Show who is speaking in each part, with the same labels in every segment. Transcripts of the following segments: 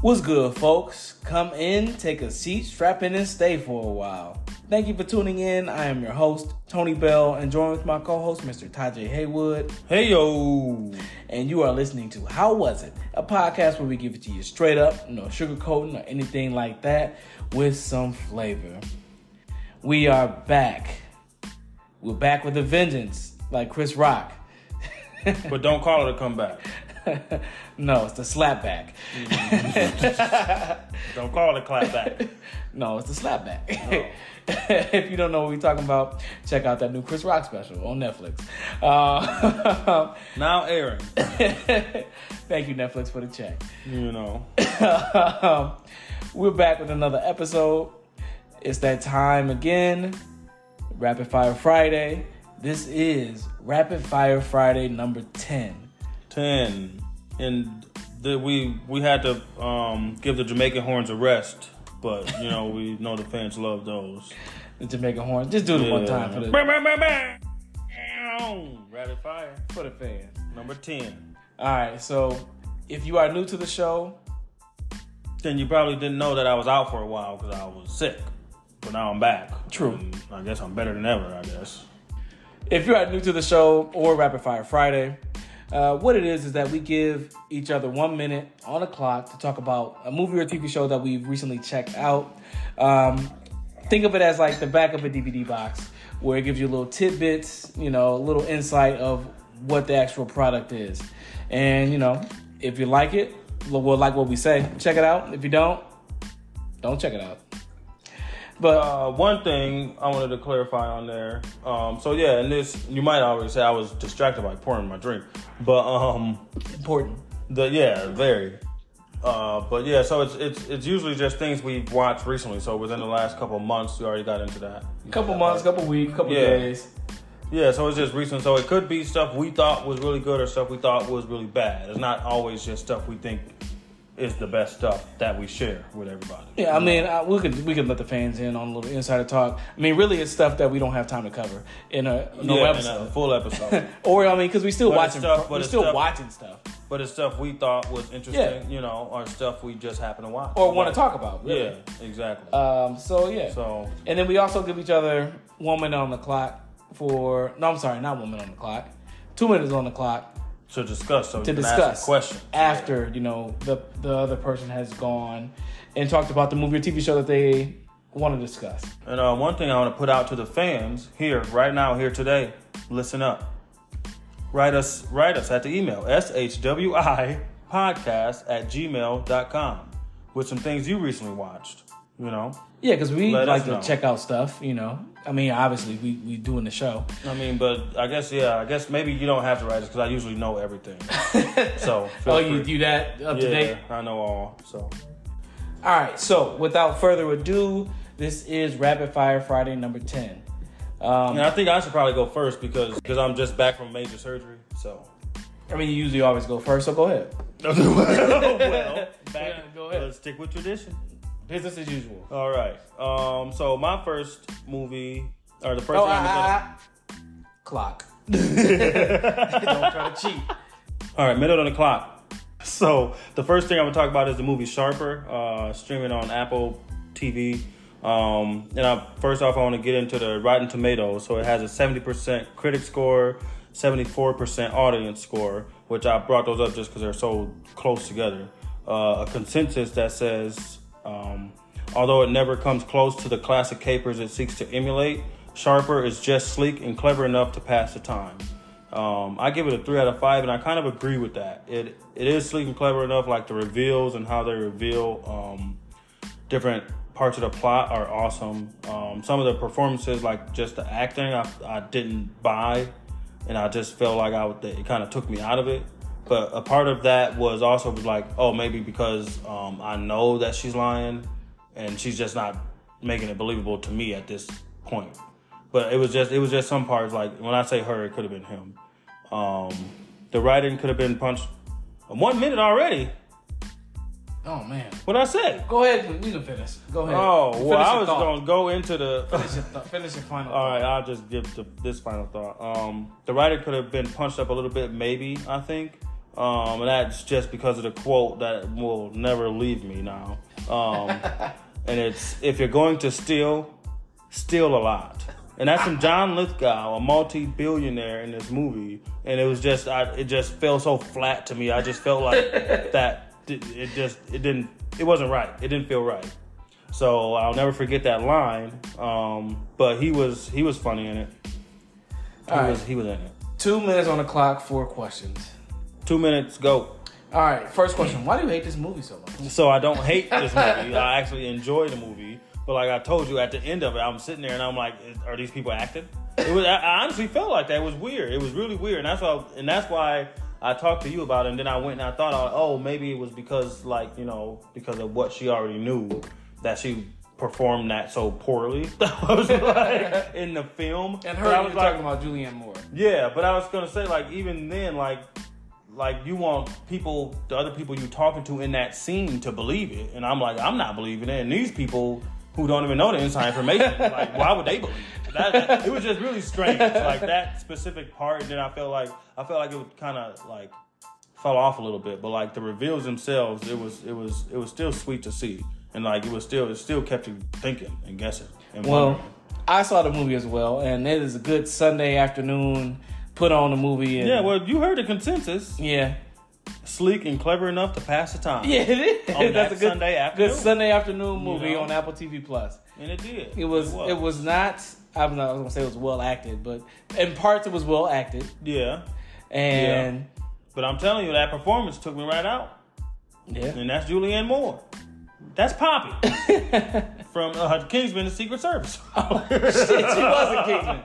Speaker 1: What's good, folks? Come in, take a seat, strap in, and stay for a while. Thank you for tuning in. I am your host, Tony Bell, and joined with my co host, Mr. Tajay Haywood.
Speaker 2: Hey yo!
Speaker 1: And you are listening to How Was It? A podcast where we give it to you straight up, no sugarcoating or anything like that, with some flavor. We are back. We're back with a vengeance, like Chris Rock.
Speaker 2: But don't call it a comeback.
Speaker 1: no, it's the slapback.
Speaker 2: Don't call it a clapback.
Speaker 1: No, it's the slapback. if you don't know what we're talking about, check out that new Chris Rock special on Netflix. Uh,
Speaker 2: Now airing.
Speaker 1: thank you, Netflix, for the check.
Speaker 2: You know.
Speaker 1: Um, we're back with another episode. It's that time again. Rapid Fire Friday. This is Rapid Fire Friday number 10.
Speaker 2: Ten. And the, we we had to um, give the Jamaican horns a rest, but you know, we know the fans love those.
Speaker 1: The Jamaica Horn. Just do it one time for the,
Speaker 2: the Rapid fire.
Speaker 1: for the fans.
Speaker 2: Number ten.
Speaker 1: All right, so if you are new to the show,
Speaker 2: Then you probably didn't know that I was out for a while because I was sick. But now I'm back.
Speaker 1: True.
Speaker 2: And I guess I'm better than ever, I guess.
Speaker 1: If you are new to the show or Rapid Fire Friday, uh, what it is is that we give each other one minute on a clock to talk about a movie or TV show that we've recently checked out. Um, think of it as like the back of a DVD box where it gives you little tidbits, you know, a little insight of what the actual product is. And, you know, if you like it, we'll like what we say. Check it out. If you don't, don't check it out. But
Speaker 2: Uh, one thing I wanted to clarify on there. Um, so yeah, and this you might already say I was distracted by pouring my drink, but um,
Speaker 1: important.
Speaker 2: the yeah, very. Uh, but yeah, so it's it's it's usually just things we've watched recently. So within the last couple months, we already got into that.
Speaker 1: Couple months, couple weeks, couple
Speaker 2: Yeah.
Speaker 1: days.
Speaker 2: Yeah, so it's just recent. So it could be stuff we thought was really good or stuff we thought was really bad. It's not always just stuff we think is the best stuff that we share with everybody.
Speaker 1: Yeah, I mean, I, we could we could let the fans in on a little insider talk. I mean, really, it's stuff that we don't have time to cover in a no
Speaker 2: Yeah, in
Speaker 1: episode.
Speaker 2: a full episode.
Speaker 1: Or I mean, because we still
Speaker 2: But it's
Speaker 1: watching,
Speaker 2: stuff- but
Speaker 1: we're
Speaker 2: it's
Speaker 1: still
Speaker 2: stuff-
Speaker 1: watching stuff
Speaker 2: but it's stuff we thought was interesting,
Speaker 1: Yeah.
Speaker 2: you know, or stuff we just happen to watch
Speaker 1: or want to talk about. really.
Speaker 2: Yeah, exactly.
Speaker 1: Um. So yeah.
Speaker 2: so
Speaker 1: and then we also give each other one minute on the clock for no, I'm sorry, not one minute on the clock, two minutes on the clock
Speaker 2: to discuss, so
Speaker 1: to
Speaker 2: you can ask
Speaker 1: discuss
Speaker 2: a question
Speaker 1: after you know the the other person has gone and talked about the movie or TV show that they want to discuss.
Speaker 2: And uh, one thing I want to put out to the fans here, right now, here today, listen up. Write us write us at the email, shwi podcast at gmail.com with some things you recently watched. You know?
Speaker 1: Yeah, because we
Speaker 2: Let
Speaker 1: like
Speaker 2: us
Speaker 1: to
Speaker 2: know.
Speaker 1: check out stuff, you know. I mean, obviously, we we doing the show.
Speaker 2: I mean, but I guess yeah, I guess maybe you don't have to write us because I usually know everything. so feel
Speaker 1: oh, you
Speaker 2: free.
Speaker 1: do that up to
Speaker 2: yeah,
Speaker 1: date.
Speaker 2: I know all. So
Speaker 1: All right. So, without further ado, this is Rapid Fire Friday number ten. Um,
Speaker 2: and I think I should probably go first because because I'm just back from major surgery. So
Speaker 1: I mean, you usually always go first, so go ahead.
Speaker 2: well,
Speaker 1: Yeah,
Speaker 2: back,
Speaker 1: go ahead.
Speaker 2: let's stick with tradition.
Speaker 1: Business as usual.
Speaker 2: All right. Um. So my first movie, or the first
Speaker 1: Oh,
Speaker 2: thing
Speaker 1: I,
Speaker 2: I'm gonna-
Speaker 1: I, I- clock. Don't try to cheat.
Speaker 2: All right, middle of the clock. So the first thing I'm gonna talk about is the movie Sharper, uh, streaming on Apple TV. Um, and I, first off, I want to get into the Rotten Tomatoes. So it has a 70% critic score, 74% audience score, which I brought those up just because they're so close together. Uh, a consensus that says, um, although it never comes close to the classic capers it seeks to emulate, Sharper is just sleek and clever enough to pass the time. Um, I give it a three out of five, and I kind of agree with that. It it is sleek and clever enough, like the reveals and how they reveal um, different parts of the plot are awesome. Um, some of the performances, like just the acting, I, I didn't buy, and I just felt like I would, it kind of took me out of it. But a part of that was also like, oh, maybe because um, I know that she's lying, and she's just not making it believable to me at this point. But it was just it was just some parts like when I say her, it could have been him. Um, the writing could have been punched. One minute already.
Speaker 1: Oh man.
Speaker 2: What I say?
Speaker 1: Go ahead. You can finish. Go ahead.
Speaker 2: Oh,
Speaker 1: Finish
Speaker 2: well, I
Speaker 1: your
Speaker 2: was
Speaker 1: thought.
Speaker 2: gonna go into the.
Speaker 1: Finish your, thought. finish your final.
Speaker 2: All
Speaker 1: thought.
Speaker 2: right, I'll just give the, this final thought. Um, the writer could have been punched up a little bit, maybe. I think Um, and that's just because of the quote that will never leave me now. Um, and it's if you're going to steal, steal a lot. And that's from John Lithgow, a multi-billionaire in this movie. And it was just, I, it just fell so flat to me. I just felt like that. It it just, it didn't, it wasn't right. It didn't feel right. So I'll never forget that line. Um, but he was, he was funny in it. He
Speaker 1: All right.
Speaker 2: was, he was in it.
Speaker 1: Two minutes on the clock, four questions.
Speaker 2: Two minutes, go.
Speaker 1: All right, first question. Why do you hate this movie so much?
Speaker 2: So I don't hate this movie. I actually enjoy the movie. But like I told you, at the end of it, I'm sitting there and I'm like, "Is- are these people acting? It was. I- I honestly felt like that. It was weird. It was really weird. And that's why. And that's why I talked to you about it. And then I went and I thought, oh, maybe it was because like you know because of what she already knew that she performed that so poorly. I was like in the film.
Speaker 1: And her,
Speaker 2: But I
Speaker 1: you
Speaker 2: was
Speaker 1: were
Speaker 2: like,
Speaker 1: talking about Julianne Moore.
Speaker 2: yeah, but I was gonna say like even then like like you want people the other people you talking to in that scene to believe it, and I'm like I'm not believing it, and these people who don't even know the inside information like why would they believe it? That, that- it was just really strange like that specific part, and then I felt like I felt like it would kind of like fell off a little bit, but like the reveals themselves, it was it was it was still sweet to see, and like it was still it still kept you thinking and guessing. And
Speaker 1: Well,
Speaker 2: wondering.
Speaker 1: I saw the movie as well, and it is a good Sunday afternoon. Put on the movie. And,
Speaker 2: yeah, well you heard the consensus.
Speaker 1: yeah,
Speaker 2: sleek and clever enough to pass the time.
Speaker 1: yeah, it is.
Speaker 2: On that
Speaker 1: That's a good
Speaker 2: Sunday
Speaker 1: good
Speaker 2: afternoon.
Speaker 1: Sunday afternoon movie
Speaker 2: know?
Speaker 1: on Apple TV Plus.
Speaker 2: And it did.
Speaker 1: It was, it was not. I'm not I was gonna say it was well acted, but in parts it was well acted,
Speaker 2: Yeah.
Speaker 1: and
Speaker 2: But I'm telling you, that performance took me right out.
Speaker 1: yeah,
Speaker 2: And that's Julianne Moore. That's Poppy from uh, Kingsman to Secret Service.
Speaker 1: Oh, shit, she was a Kingsman.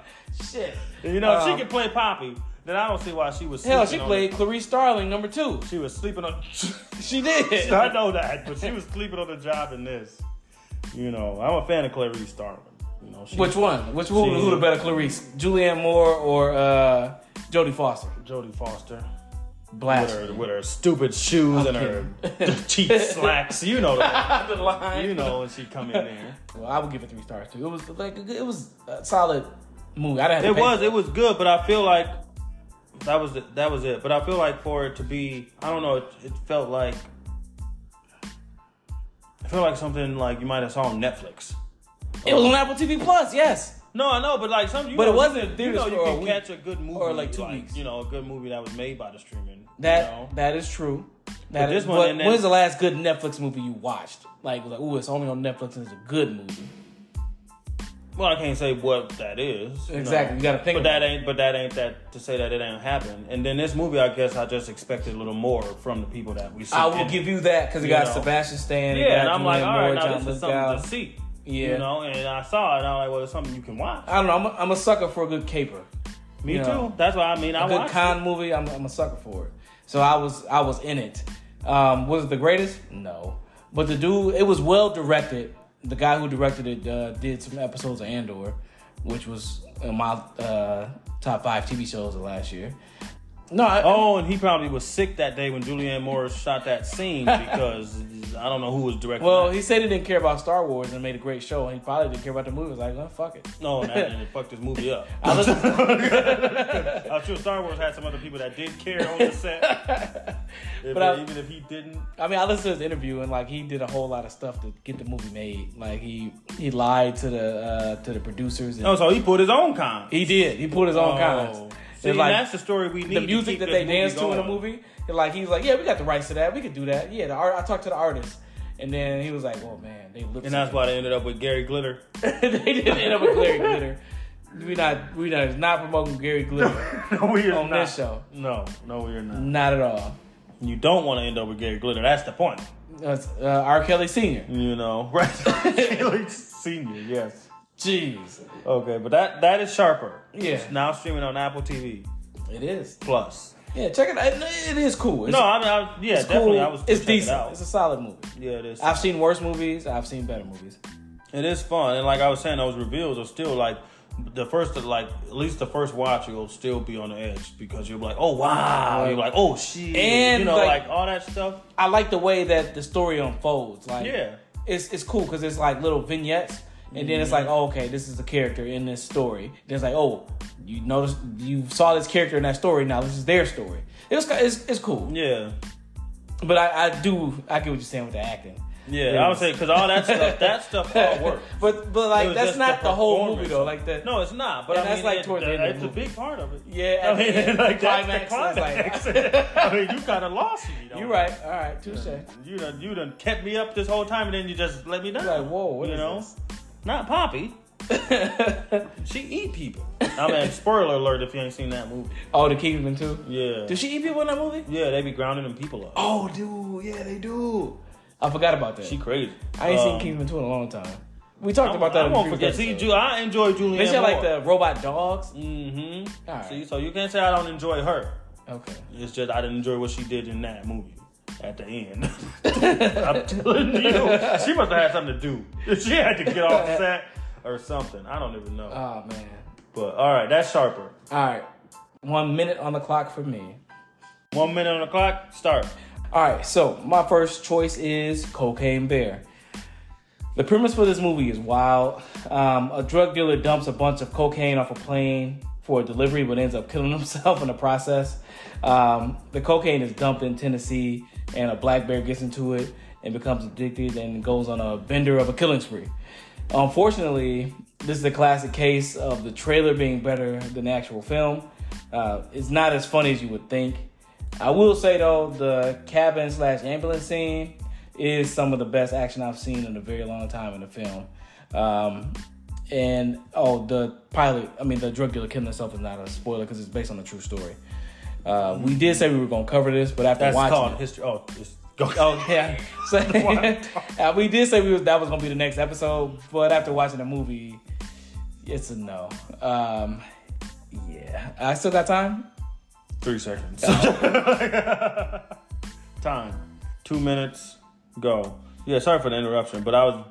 Speaker 1: Shit,
Speaker 2: You know, if
Speaker 1: Um,
Speaker 2: she could play Poppy, then I don't see why she was.
Speaker 1: hell,
Speaker 2: sleeping
Speaker 1: she
Speaker 2: on
Speaker 1: played Clarice Starling number two.
Speaker 2: The, she was sleeping on.
Speaker 1: She did.
Speaker 2: I know that, but she was sleeping on the job in this. You know, I'm a fan of Clarice Starling. You know, she,
Speaker 1: Which one? Which who, who the better Clarice, Julianne Moore or uh, Jodie Foster?
Speaker 2: Jodie Foster. with
Speaker 1: Blast.
Speaker 2: her with her stupid shoes and her cheap slacks. You know that.
Speaker 1: the line.
Speaker 2: You know when she come in there.
Speaker 1: Well, I would give it three stars too. It was like a good- it was a solid movie. I didn't. Have
Speaker 2: It
Speaker 1: to pay
Speaker 2: was
Speaker 1: for
Speaker 2: it was good, but I feel like that was it, that was it. But I feel like for it to be, I don't know, it, it felt like I feel like something like you might have saw on Netflix.
Speaker 1: It was on Apple TV Plus. Yes.
Speaker 2: No, I know, but like some, you
Speaker 1: But it
Speaker 2: know,
Speaker 1: wasn't
Speaker 2: you
Speaker 1: in
Speaker 2: can-
Speaker 1: theaters
Speaker 2: You,
Speaker 1: for
Speaker 2: know, you
Speaker 1: a
Speaker 2: can
Speaker 1: week
Speaker 2: catch a good movie
Speaker 1: or, like, two weeks.
Speaker 2: You know, a good movie that was made by the streaming.
Speaker 1: That
Speaker 2: you know?
Speaker 1: that is true. That
Speaker 2: But
Speaker 1: is-
Speaker 2: this one
Speaker 1: But
Speaker 2: and then-
Speaker 1: when's the last good Netflix movie you watched? Like, like ooh, it's only on Netflix and it's a good movie.
Speaker 2: Well, I can't say what that is. you know.
Speaker 1: Exactly, you gotta think
Speaker 2: But
Speaker 1: about
Speaker 2: that ain't. But that ain't that to say that it ain't happened. And then this movie, I guess I just expected a little more from the people that we see.
Speaker 1: I
Speaker 2: in
Speaker 1: will
Speaker 2: it.
Speaker 1: give you that because it
Speaker 2: You
Speaker 1: got
Speaker 2: know.
Speaker 1: Sebastian Stan. it
Speaker 2: Yeah,
Speaker 1: got
Speaker 2: and I'm like,
Speaker 1: Julianne
Speaker 2: all right,
Speaker 1: Moore,
Speaker 2: now
Speaker 1: John
Speaker 2: this is
Speaker 1: Lithgow.
Speaker 2: something to see.
Speaker 1: Yeah.
Speaker 2: You know, and I saw it, and I'm like, well, it's something you can watch.
Speaker 1: I don't know. I'm a, I'm a sucker for a good caper.
Speaker 2: Me
Speaker 1: you
Speaker 2: too.
Speaker 1: know.
Speaker 2: That's why I mean, I
Speaker 1: a good
Speaker 2: watched.
Speaker 1: con
Speaker 2: it.
Speaker 1: movie. I'm, I'm a sucker for it. So I was I was in it. Um, was it the greatest? No, but the dude it was well directed. The guy who directed it uh, did some episodes of Andor, which was in my uh, top five TV shows of last year. No, I,
Speaker 2: Oh, and he probably was sick that day when Julianne Moore shot that scene because I don't know who was directing.
Speaker 1: well,
Speaker 2: that.
Speaker 1: he said he didn't care about Star Wars and made a great show, and he probably didn't care about the movie. He was like, well, fuck it.
Speaker 2: no, and, that, and it fucked this movie up.
Speaker 1: I listened,
Speaker 2: I'm sure Star Wars had some other people that did care on the set. If-
Speaker 1: But I-
Speaker 2: even if he didn't,
Speaker 1: I mean, I listened to his interview, and like he did a whole lot of stuff to get the movie made. Like he he lied to the uh, to the producers. And,
Speaker 2: oh, so he put his own con.
Speaker 1: He did. He pulled his own
Speaker 2: Oh.
Speaker 1: comments.
Speaker 2: See,
Speaker 1: It's like
Speaker 2: that's the story we need.
Speaker 1: the
Speaker 2: to
Speaker 1: music
Speaker 2: keep
Speaker 1: that
Speaker 2: this
Speaker 1: they danced to in the
Speaker 2: going.
Speaker 1: movie. and Like he's like, yeah, we got the rights to that. We could do that. Yeah, the art. I talked to the artist, and then he was like, well, man, they lip
Speaker 2: and that's why they ended up with Gary Glitter.
Speaker 1: synced. they didn't end up with Gary Glitter. We not we not not promoting Gary Glitter.
Speaker 2: no, we are
Speaker 1: On this show.
Speaker 2: No, no, we are not.
Speaker 1: not at all.
Speaker 2: You don't want to end up with Gary Glitter. That's the point.
Speaker 1: That's uh, R. Kelly Senior.
Speaker 2: You know, right? Gary Senior, yes.
Speaker 1: Jeez,
Speaker 2: Okay, but that that is sharper.
Speaker 1: Yeah.
Speaker 2: It's now streaming on Apple TV
Speaker 1: it is.
Speaker 2: Plus.
Speaker 1: Yeah, check it. out. It- It is cool. It's,
Speaker 2: No, I mean, I, yeah,
Speaker 1: it's
Speaker 2: definitely.
Speaker 1: cool.
Speaker 2: I was
Speaker 1: it's
Speaker 2: checking It
Speaker 1: decent.
Speaker 2: out.
Speaker 1: it's a solid movie.
Speaker 2: yeah, it is.
Speaker 1: I've seen worse movies. I've seen better movies.
Speaker 2: It is fun, and like I was saying, those reveals are still like the first, like at least the first watch, you'll still be on the edge because you'll be like, "Oh wow!" You're like, "Oh shit!"
Speaker 1: And,
Speaker 2: you know,
Speaker 1: like-
Speaker 2: like, all that stuff.
Speaker 1: I like the way that the story unfolds. Like,
Speaker 2: Yeah.
Speaker 1: it's it's cool because it's like little vignettes, and then
Speaker 2: Mm-hmm.
Speaker 1: it's like, oh, okay, this is a character in this story. Then it's like, oh, you notice you saw this character in that story. Now this is their story. It's it's, it's cool,
Speaker 2: Yeah.
Speaker 1: but I, I do I get what you're saying with the acting.
Speaker 2: Yeah,
Speaker 1: Yeah.
Speaker 2: I would say because all that stuff, that stuff all Oh, works.
Speaker 1: But but
Speaker 2: It
Speaker 1: like
Speaker 2: was
Speaker 1: that's
Speaker 2: just
Speaker 1: not
Speaker 2: the
Speaker 1: the, whole movie
Speaker 2: performance.
Speaker 1: though. Like the
Speaker 2: No, it's not. But
Speaker 1: And
Speaker 2: I
Speaker 1: that's
Speaker 2: mean,
Speaker 1: like
Speaker 2: it-
Speaker 1: toward the end of
Speaker 2: it's
Speaker 1: the
Speaker 2: a
Speaker 1: movie.
Speaker 2: big part of it.
Speaker 1: yeah,
Speaker 2: I mean, like that's the
Speaker 1: climax is like-
Speaker 2: climax. I mean, you kind of lost me. though.
Speaker 1: You're right. All right, touche. You're
Speaker 2: You done, you done kept me up this whole time, and then you just let me down.
Speaker 1: like, whoa, what
Speaker 2: you
Speaker 1: is
Speaker 2: know,
Speaker 1: this?
Speaker 2: not Poppy. she eat people. I mean, spoiler alert if you ain't seen that movie.
Speaker 1: Oh, the Kingsman too.
Speaker 2: Yeah,
Speaker 1: Did she eat people in that movie?
Speaker 2: yeah, they be grounding them people up.
Speaker 1: Oh, dude, yeah, they do. I forgot about that.
Speaker 2: She crazy.
Speaker 1: I ain't
Speaker 2: Um,
Speaker 1: seen Kingsman two in a long time. We talked
Speaker 2: I
Speaker 1: about that.
Speaker 2: I
Speaker 1: in the
Speaker 2: won't
Speaker 1: previous
Speaker 2: forget. See,
Speaker 1: episode.
Speaker 2: Ju- I enjoy Julianne
Speaker 1: They said
Speaker 2: Moore.
Speaker 1: like the robot dogs.
Speaker 2: Mm-hmm.
Speaker 1: All right.
Speaker 2: See, so you can't say I don't enjoy her.
Speaker 1: Okay.
Speaker 2: It's just I didn't enjoy what she did in that movie at the end. I'm telling you, she must have had something to do. She had to get off set or something. I don't even know.
Speaker 1: Oh man.
Speaker 2: but all right, that's sharper.
Speaker 1: All right. One minute on the clock for me.
Speaker 2: One minute on the clock. Start.
Speaker 1: All right. So my first choice is Cocaine Bear. The premise for this movie is wild. Um, a drug dealer dumps a bunch of cocaine off a plane for a delivery, but ends up killing himself in the process. Um, the cocaine is dumped in Tennessee, and a black bear gets into it and becomes addicted and goes on a bender of a killing spree. Unfortunately, this is a classic case of the trailer being better than the actual film. Uh, it's not as funny as you would think. I will say though, the cabin slash ambulance scene is some of the best action I've seen in a very long time in the film. Um, and oh, the pilot, I mean, the drug dealer killing himself is not a spoiler because it's based on a true story. Uh, we did say we were going to cover this, but after
Speaker 2: That's
Speaker 1: watching
Speaker 2: called
Speaker 1: it-
Speaker 2: history. Oh, it's, go.
Speaker 1: Oh yeah. So
Speaker 2: What?
Speaker 1: uh, we did say we was, that was gonna be the next episode, but after watching the movie, it's a no. Um, yeah, I still got time.
Speaker 2: Three seconds.
Speaker 1: Oh.
Speaker 2: Time. Two minutes. Go. Yeah. Sorry for the interruption, but I was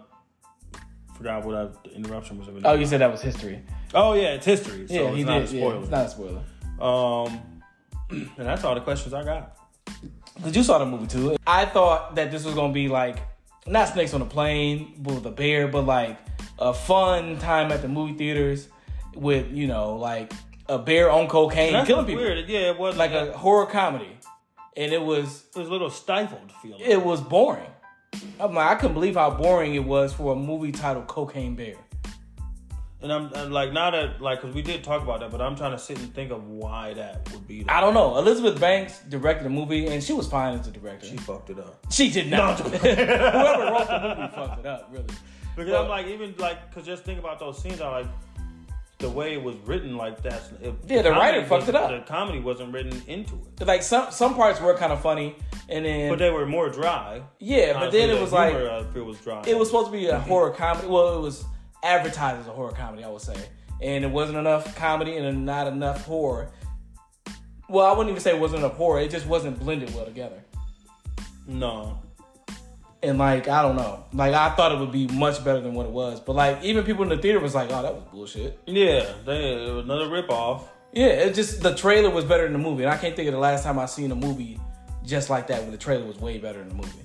Speaker 2: forgot what I, the interruption was.
Speaker 1: Oh, you said that was history.
Speaker 2: Oh yeah, it's history. So
Speaker 1: Yeah,
Speaker 2: it's
Speaker 1: he
Speaker 2: not
Speaker 1: did.
Speaker 2: a
Speaker 1: Yeah,
Speaker 2: spoiler.
Speaker 1: it's not a spoiler.
Speaker 2: Um, and that's all the questions I got.
Speaker 1: Cause you saw the movie too. I thought that this was gonna be like not snakes on a plane but with a bear, but like a fun time at the movie theaters with you know like a bear on cocaine
Speaker 2: That's
Speaker 1: killing
Speaker 2: what's
Speaker 1: people,
Speaker 2: Weird. Yeah, it was
Speaker 1: like a horror comedy, and it was
Speaker 2: it was a little stifled feeling.
Speaker 1: it was boring. I'm like, I couldn't believe how boring it was for a movie titled Cocaine Bear.
Speaker 2: And I'm, i like now that like because we did talk about that, but I'm trying to sit and think of why that would be. That.
Speaker 1: I don't know. Elizabeth Banks directed the movie, and she was fine as a director.
Speaker 2: She
Speaker 1: She,
Speaker 2: fucked it up.
Speaker 1: did not. Whoever wrote the movie fucked it up, really.
Speaker 2: Because I'm like even like because just think about those scenes. I like the way it was written. Like that's if
Speaker 1: Yeah, the writer
Speaker 2: comedy
Speaker 1: fucked it up.
Speaker 2: The comedy wasn't written into it,
Speaker 1: Like some some parts were kind of funny, and then
Speaker 2: but they were more dry.
Speaker 1: yeah, but
Speaker 2: Honestly,
Speaker 1: then it
Speaker 2: the
Speaker 1: was like
Speaker 2: humor, I feel was dry.
Speaker 1: it was supposed to be a horror comedy. Well, it was advertised as a horror comedy, I would say, and it wasn't enough comedy and not enough horror. Well, I wouldn't even say it wasn't enough horror. It just wasn't blended well together.
Speaker 2: no.
Speaker 1: and like I don't know, like I thought it would be much better than what it was. But like even people in the theater was like, "Oh, that was bullshit."
Speaker 2: Yeah, they, it was another ripoff.
Speaker 1: Yeah, it just the trailer was better than the movie, and I can't think of the last time I seen a movie just like that where the trailer was way better than the movie.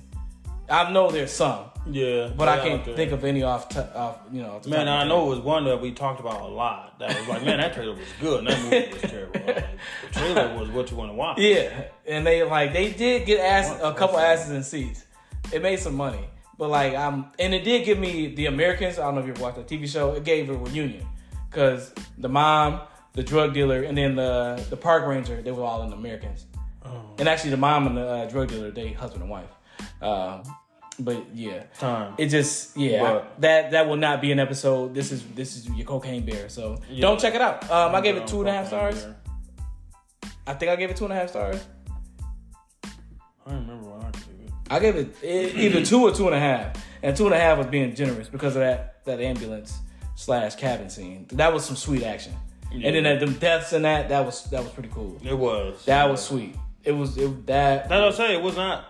Speaker 1: I know there's some,
Speaker 2: Yeah,
Speaker 1: but I can't think of any off, t- off you know. off the
Speaker 2: Man,
Speaker 1: top
Speaker 2: I
Speaker 1: of my
Speaker 2: know it was one that we talked about a lot. That was like, man, that trailer was good. And that movie was terrible. I'm Like, the trailer was what you want to watch.
Speaker 1: head. Yeah, and they like they did get ass a couple asses in seats. It made some money, but like I'm and it did give me the Americans. I don't know if you've watched that TV show. It gave a reunion because the mom, the drug dealer, and then the the park ranger. They were all in Americans, and actually the mom and the uh, drug dealer they husband and wife. Um, but yeah,
Speaker 2: Time.
Speaker 1: it just yeah
Speaker 2: But-
Speaker 1: that that will not be an episode. This is this is your cocaine bear. So don't check it out. Um, I gave it two and a half stars. I think I gave it two and a half stars.
Speaker 2: I don't remember what I gave it.
Speaker 1: I gave it e- either two or two and a half, and two and a half was being generous because of that that ambulance slash cabin scene. That was some sweet action, and then
Speaker 2: Yeah.
Speaker 1: that, the deaths in that that was that was pretty cool.
Speaker 2: It was.
Speaker 1: That was sweet. It was it, that.
Speaker 2: That I'll say, it was not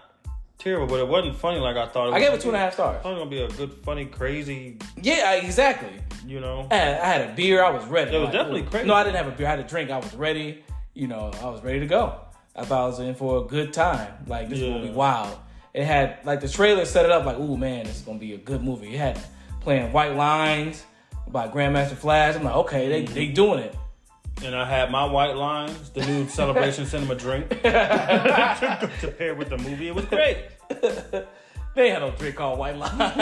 Speaker 2: terrible, but it wasn't funny like I thought it was.
Speaker 1: I gave it two and a half
Speaker 2: I
Speaker 1: stars.
Speaker 2: thought it was going to be a good, funny, crazy,
Speaker 1: Yeah, I- exactly.
Speaker 2: you know.
Speaker 1: I had, I had a beer. I was ready.
Speaker 2: It was
Speaker 1: Like,
Speaker 2: definitely
Speaker 1: ooh.
Speaker 2: crazy.
Speaker 1: No, I didn't have a beer. I had a drink. I was ready. You know, I was ready to go. I thought I was in for a good time. Like this will be
Speaker 2: Yeah.
Speaker 1: wild. It had like the trailer set it up like, oh man, this is gonna be a good movie. It had playing White Lines by Grandmaster Flash. I'm like, okay, they,
Speaker 2: Mm-hmm.
Speaker 1: they doing it.
Speaker 2: And I had my white lines, the new Celebration Cinema drink, to, to pair with the movie. It was great.
Speaker 1: They had no drink called White Line. I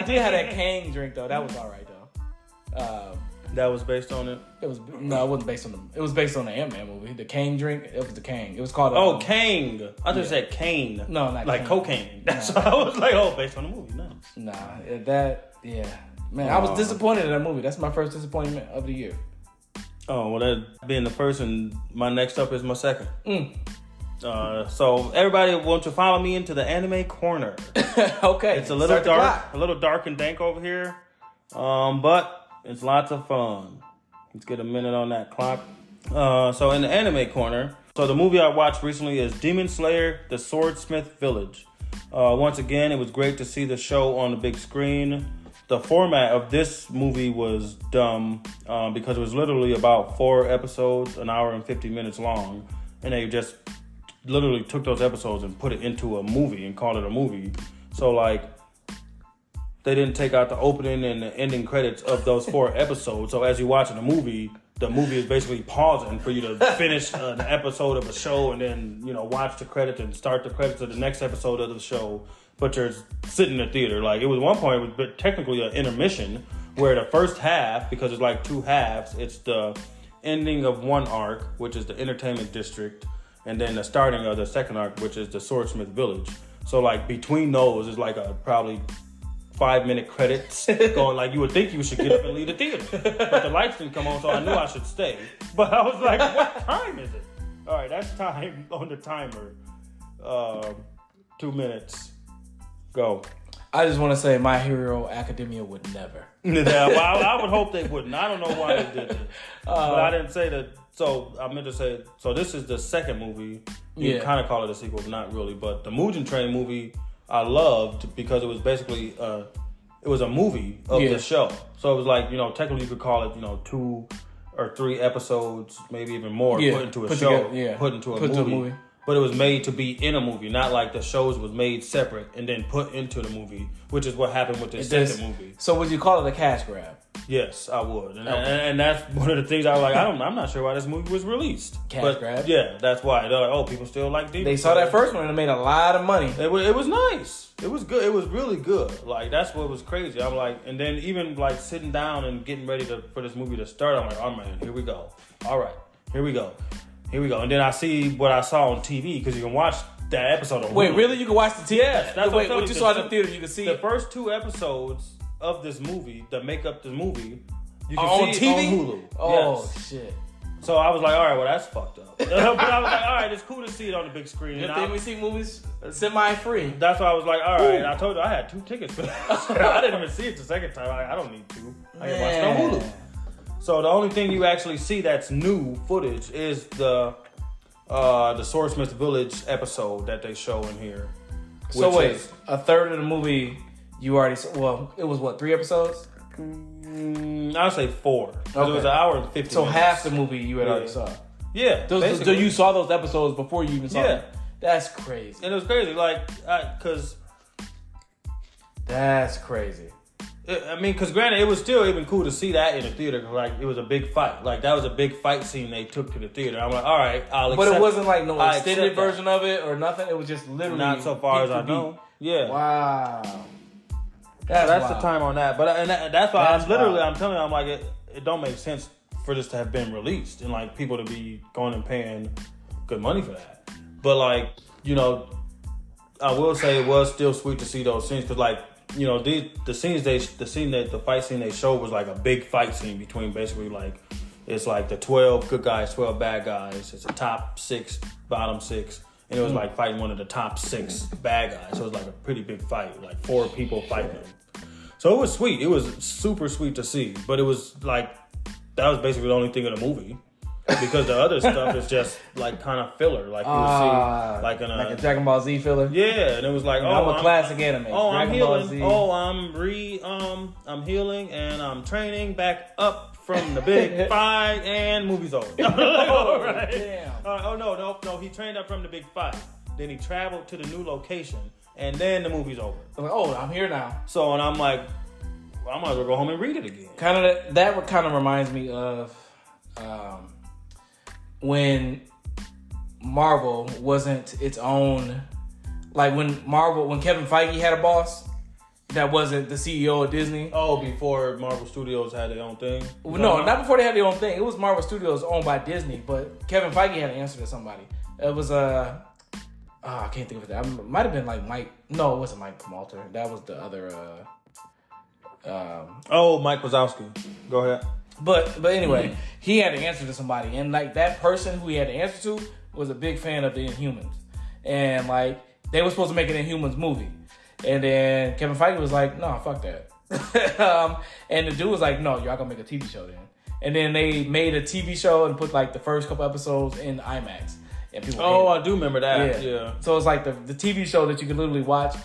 Speaker 1: did have that Kang drink though. That was all right though. Um,
Speaker 2: That was based on it.
Speaker 1: it was no, it wasn't based on the. It was based on the Ant Man movie. The Kang drink. It was the Kang. It was called.
Speaker 2: Oh,
Speaker 1: um,
Speaker 2: Kang. I just said Kane.
Speaker 1: No, not
Speaker 2: like
Speaker 1: Kane.
Speaker 2: cocaine. That's why I was like, oh, based on the movie. No.
Speaker 1: Nah, yeah, that yeah. Man, I was
Speaker 2: Oh.
Speaker 1: disappointed in that movie. That's my first disappointment of the year.
Speaker 2: Oh well, that being the first and my next up is my second.
Speaker 1: Mm.
Speaker 2: Uh, so everybody want to follow me into the anime corner.
Speaker 1: okay,
Speaker 2: It's a little
Speaker 1: start the
Speaker 2: dark,
Speaker 1: clock.
Speaker 2: a little dark and dank over here, um, but it's lots of fun. Let's get a minute on that clock. Uh, so in the anime corner, so the movie I watched recently is Demon Slayer: The Swordsmith Village. Uh, once again, it was great to see the show on the big screen. The format of this movie was dumb uh, because it was literally about four episodes, an hour and fifty minutes long, and they just literally took those episodes and put it into a movie and called it a movie. So like they didn't take out the opening and the ending credits of those four episodes. So as you're watching the movie, the movie is basically pausing for you to finish uh, the episode of a show and then you know watch the credits and start the credits of the next episode of the show. But you're sitting in the theater. Like it was one point, it was bit- technically an intermission where the first half, because it's like two halves, it's the ending of one arc, which is the entertainment district, and then the starting of the second arc, which is the swordsmith village. So like between those is like a probably five minute credits going like you would think you should get up and leave the theater. But the lights didn't come on, so I knew I should stay. But I was like, what time is it? All right, that's time on the timer. Um, two minutes. Go.
Speaker 1: I just want to say, My Hero Academia would never.
Speaker 2: Yeah, well, I, I would hope they wouldn't. I don't know why they did this.
Speaker 1: Uh,
Speaker 2: but I didn't say that. So I meant to say. So this is the second movie. You
Speaker 1: Yeah.
Speaker 2: kind of call it a sequel, but not really. But the Mugen Train movie, I loved because it was basically uh, it was a movie of
Speaker 1: Yeah.
Speaker 2: the show. So it was like you know technically you could call it you know two or three episodes, maybe even more,
Speaker 1: Yeah,
Speaker 2: put into a
Speaker 1: put
Speaker 2: show,
Speaker 1: together, yeah.
Speaker 2: put into a
Speaker 1: Put
Speaker 2: movie.
Speaker 1: into a movie.
Speaker 2: But it was made to be in a movie, not like the shows was made separate and then put into the movie, which is what happened with the second
Speaker 1: Just-
Speaker 2: movie.
Speaker 1: So would you call it a cash grab?
Speaker 2: Yes, I would, and,
Speaker 1: Okay.
Speaker 2: and, and that's one of the things I was like. I don't, I'm not sure why this movie was released.
Speaker 1: Cash
Speaker 2: but
Speaker 1: grab?
Speaker 2: Yeah, that's why. They're like, oh, people still like Demon.
Speaker 1: They saw that
Speaker 2: Slayer.
Speaker 1: first one and it made a lot of money.
Speaker 2: It was, it was nice. It was good. It was really good. Like that's what was crazy. I'm like, and then even like sitting down and getting ready to, for this movie to start, I'm like, oh man, here we go. All right, here we go, here we go. And then I see what I saw on TV because you can watch that episode. On
Speaker 1: Wait,
Speaker 2: Hulu.
Speaker 1: really? You can watch the TV?
Speaker 2: Yes, that's what
Speaker 1: Wait,
Speaker 2: I'm
Speaker 1: what you
Speaker 2: telling
Speaker 1: saw
Speaker 2: you.
Speaker 1: in the theater, you can see
Speaker 2: The
Speaker 1: it.
Speaker 2: first two episodes of this movie that make up this movie. You can
Speaker 1: on
Speaker 2: see it
Speaker 1: TV?
Speaker 2: on Hulu.
Speaker 1: Oh
Speaker 2: Yes.
Speaker 1: shit!
Speaker 2: So I was like, all right, well, that's fucked up. but I was like, all right, it's cool to see it on the big screen.
Speaker 1: Good
Speaker 2: And
Speaker 1: thing
Speaker 2: I-
Speaker 1: we see movies semi-free.
Speaker 2: that's why I was like, all right.
Speaker 1: Ooh.
Speaker 2: I told you I had two tickets for that. I didn't even see it the second time. I, I don't need two. I can watch it on Hulu.
Speaker 1: Man.
Speaker 2: So the only thing you actually see that's new footage is the uh, the Swordsmith Village episode that they show in here.
Speaker 1: So
Speaker 2: which
Speaker 1: wait,
Speaker 2: is-
Speaker 1: a third of the movie you already saw, well, it was what three episodes?
Speaker 2: Mm, I'll say four. 'Cause It was
Speaker 1: Okay.
Speaker 2: an hour and fifty.
Speaker 1: So
Speaker 2: minutes.
Speaker 1: half the movie you had already
Speaker 2: Yeah.
Speaker 1: saw.
Speaker 2: Yeah.
Speaker 1: Those, so
Speaker 2: basically.
Speaker 1: you saw those episodes before you even saw
Speaker 2: Yeah.
Speaker 1: them. That's crazy.
Speaker 2: and it was crazy, like, I, cause
Speaker 1: That's crazy.
Speaker 2: it, I mean, cause granted, it was still even cool to see that in the theater. 'cause, like, it was a big fight. Like that was a big fight scene they took to the theater. I'm like, all right, I'll.
Speaker 1: But it
Speaker 2: accept-
Speaker 1: wasn't like no
Speaker 2: I
Speaker 1: extended
Speaker 2: accept that.
Speaker 1: version of it or nothing. It was just literally
Speaker 2: Not so far
Speaker 1: beat
Speaker 2: as
Speaker 1: to
Speaker 2: I
Speaker 1: beat.
Speaker 2: know. Yeah.
Speaker 1: Wow.
Speaker 2: So
Speaker 1: That's,
Speaker 2: that's
Speaker 1: wild.
Speaker 2: the time on that. But and that, that's why
Speaker 1: That's
Speaker 2: I'm literally
Speaker 1: wild.
Speaker 2: I'm telling you, I'm like it, it don't make sense for this to have been released and like people to be going and paying good money for that. But like you know, I will say it was still sweet to see those scenes because like you know the the scenes they the scene that the fight scene they showed was like a big fight scene between basically like it's like the twelve good guys, twelve bad guys. It's a top six, bottom six. And
Speaker 1: Hmm.
Speaker 2: it was like fighting one of the top six bad guys. So it was like a pretty big fight, like four people fighting. So it was sweet. It was super sweet to see. But it was like that was basically the only thing in the movie. Because the other stuff is just like kind of filler. Like you would
Speaker 1: Ah,
Speaker 2: see like in a,
Speaker 1: like a Dragon Ball Z filler.
Speaker 2: Yeah, and it was like oh
Speaker 1: I'm a classic anime.
Speaker 2: Oh, I'm
Speaker 1: Dragon Ball Z.
Speaker 2: healing. Oh, I'm re um I'm healing and I'm training back up from the big five and movie's over. Like, all right. Oh,
Speaker 1: damn.
Speaker 2: All right, oh no, no, no, he trained up from the big five. Then he traveled to the new location and then the movie's over.
Speaker 1: I'm like, oh, I'm here now.
Speaker 2: So, and I'm like, well, I might as well go home and read it again.
Speaker 1: Kind of that kind of reminds me of um, when Marvel wasn't its own. Like when Marvel, when Kevin Feige had a boss that wasn't the CEO of Disney.
Speaker 2: Oh, before Marvel Studios had their own thing.
Speaker 1: Well,
Speaker 2: Uh-huh.
Speaker 1: no, not before they had their own thing. It was Marvel Studios owned by Disney, but Kevin Feige had an answer to somebody. It was uh, ah, I can't think of it. I might have been like Mike. No, it wasn't Mike Malter. That was the other. uh um,
Speaker 2: Oh, Mike Wazowski. Go ahead.
Speaker 1: but but anyway, he had an answer to somebody, and like that person who he had the answer to was a big fan of the Inhumans, and like they were supposed to make an Inhumans movie, and then Kevin Feige was like, "No, fuck that," um, and the dude was like, "No, y'all gonna make a TV show then," and then they made a TV show and put like the first couple episodes in IMAX, and people.
Speaker 2: Oh,
Speaker 1: hated it.
Speaker 2: I do remember that. Yeah.
Speaker 1: So it's like the the TV show that you can literally watch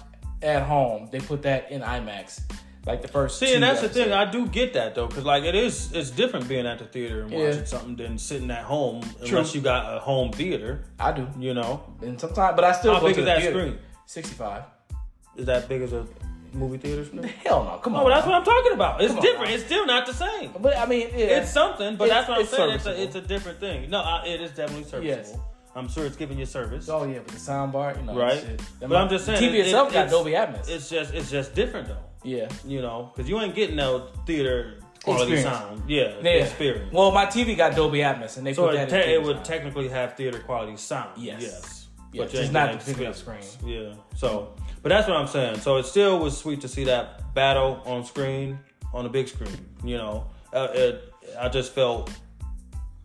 Speaker 1: at home. They put that in IMAX, like the first.
Speaker 2: See,
Speaker 1: two
Speaker 2: and that's the
Speaker 1: episodes.
Speaker 2: thing. I do get that though, because like it is, it's different being at the theater and
Speaker 1: Yeah.
Speaker 2: watching something than sitting at home, unless you got a home theater.
Speaker 1: I do,
Speaker 2: You know,
Speaker 1: and sometimes, but I still
Speaker 2: How
Speaker 1: go
Speaker 2: big
Speaker 1: to
Speaker 2: is
Speaker 1: the
Speaker 2: that
Speaker 1: theater.
Speaker 2: screen?
Speaker 1: Sixty-five.
Speaker 2: Is that big as a movie theater screen?
Speaker 1: Hell no! Come on.
Speaker 2: Oh, well, that's
Speaker 1: now.
Speaker 2: what I'm talking about. It's
Speaker 1: Come on,
Speaker 2: different.
Speaker 1: now.
Speaker 2: It's still not the same.
Speaker 1: But I mean, yeah.
Speaker 2: It's something, but
Speaker 1: It's-
Speaker 2: that's what I'm
Speaker 1: it's
Speaker 2: saying. It's a,
Speaker 1: serviceable.
Speaker 2: it's a different thing. No, I, it is definitely serviceable. I'm sure it's giving you service.
Speaker 1: oh yeah, but the soundbar, you know,
Speaker 2: Right.
Speaker 1: Shit.
Speaker 2: But I'm just saying,
Speaker 1: TV
Speaker 2: it-
Speaker 1: itself
Speaker 2: it-
Speaker 1: got
Speaker 2: it's-
Speaker 1: Dolby Atmos.
Speaker 2: It's just, it's just different though.
Speaker 1: yeah.
Speaker 2: You know, because you ain't getting no theater quality
Speaker 1: Experience.
Speaker 2: sound. Yeah,
Speaker 1: yeah.
Speaker 2: experience.
Speaker 1: Well, my TV got Dolby Atmos, and they
Speaker 2: So
Speaker 1: put that.
Speaker 2: it, te-
Speaker 1: in
Speaker 2: it
Speaker 1: TV
Speaker 2: would
Speaker 1: sound.
Speaker 2: technically have theater quality sound.
Speaker 1: Yes.
Speaker 2: Yes.
Speaker 1: Yeah,
Speaker 2: you
Speaker 1: just
Speaker 2: ain't
Speaker 1: not
Speaker 2: getting
Speaker 1: the big enough
Speaker 2: experience.
Speaker 1: screen.
Speaker 2: Yeah. So, but that's what I'm saying. So it still was sweet to see that battle on screen, on the big screen. You know, uh, it, I just felt,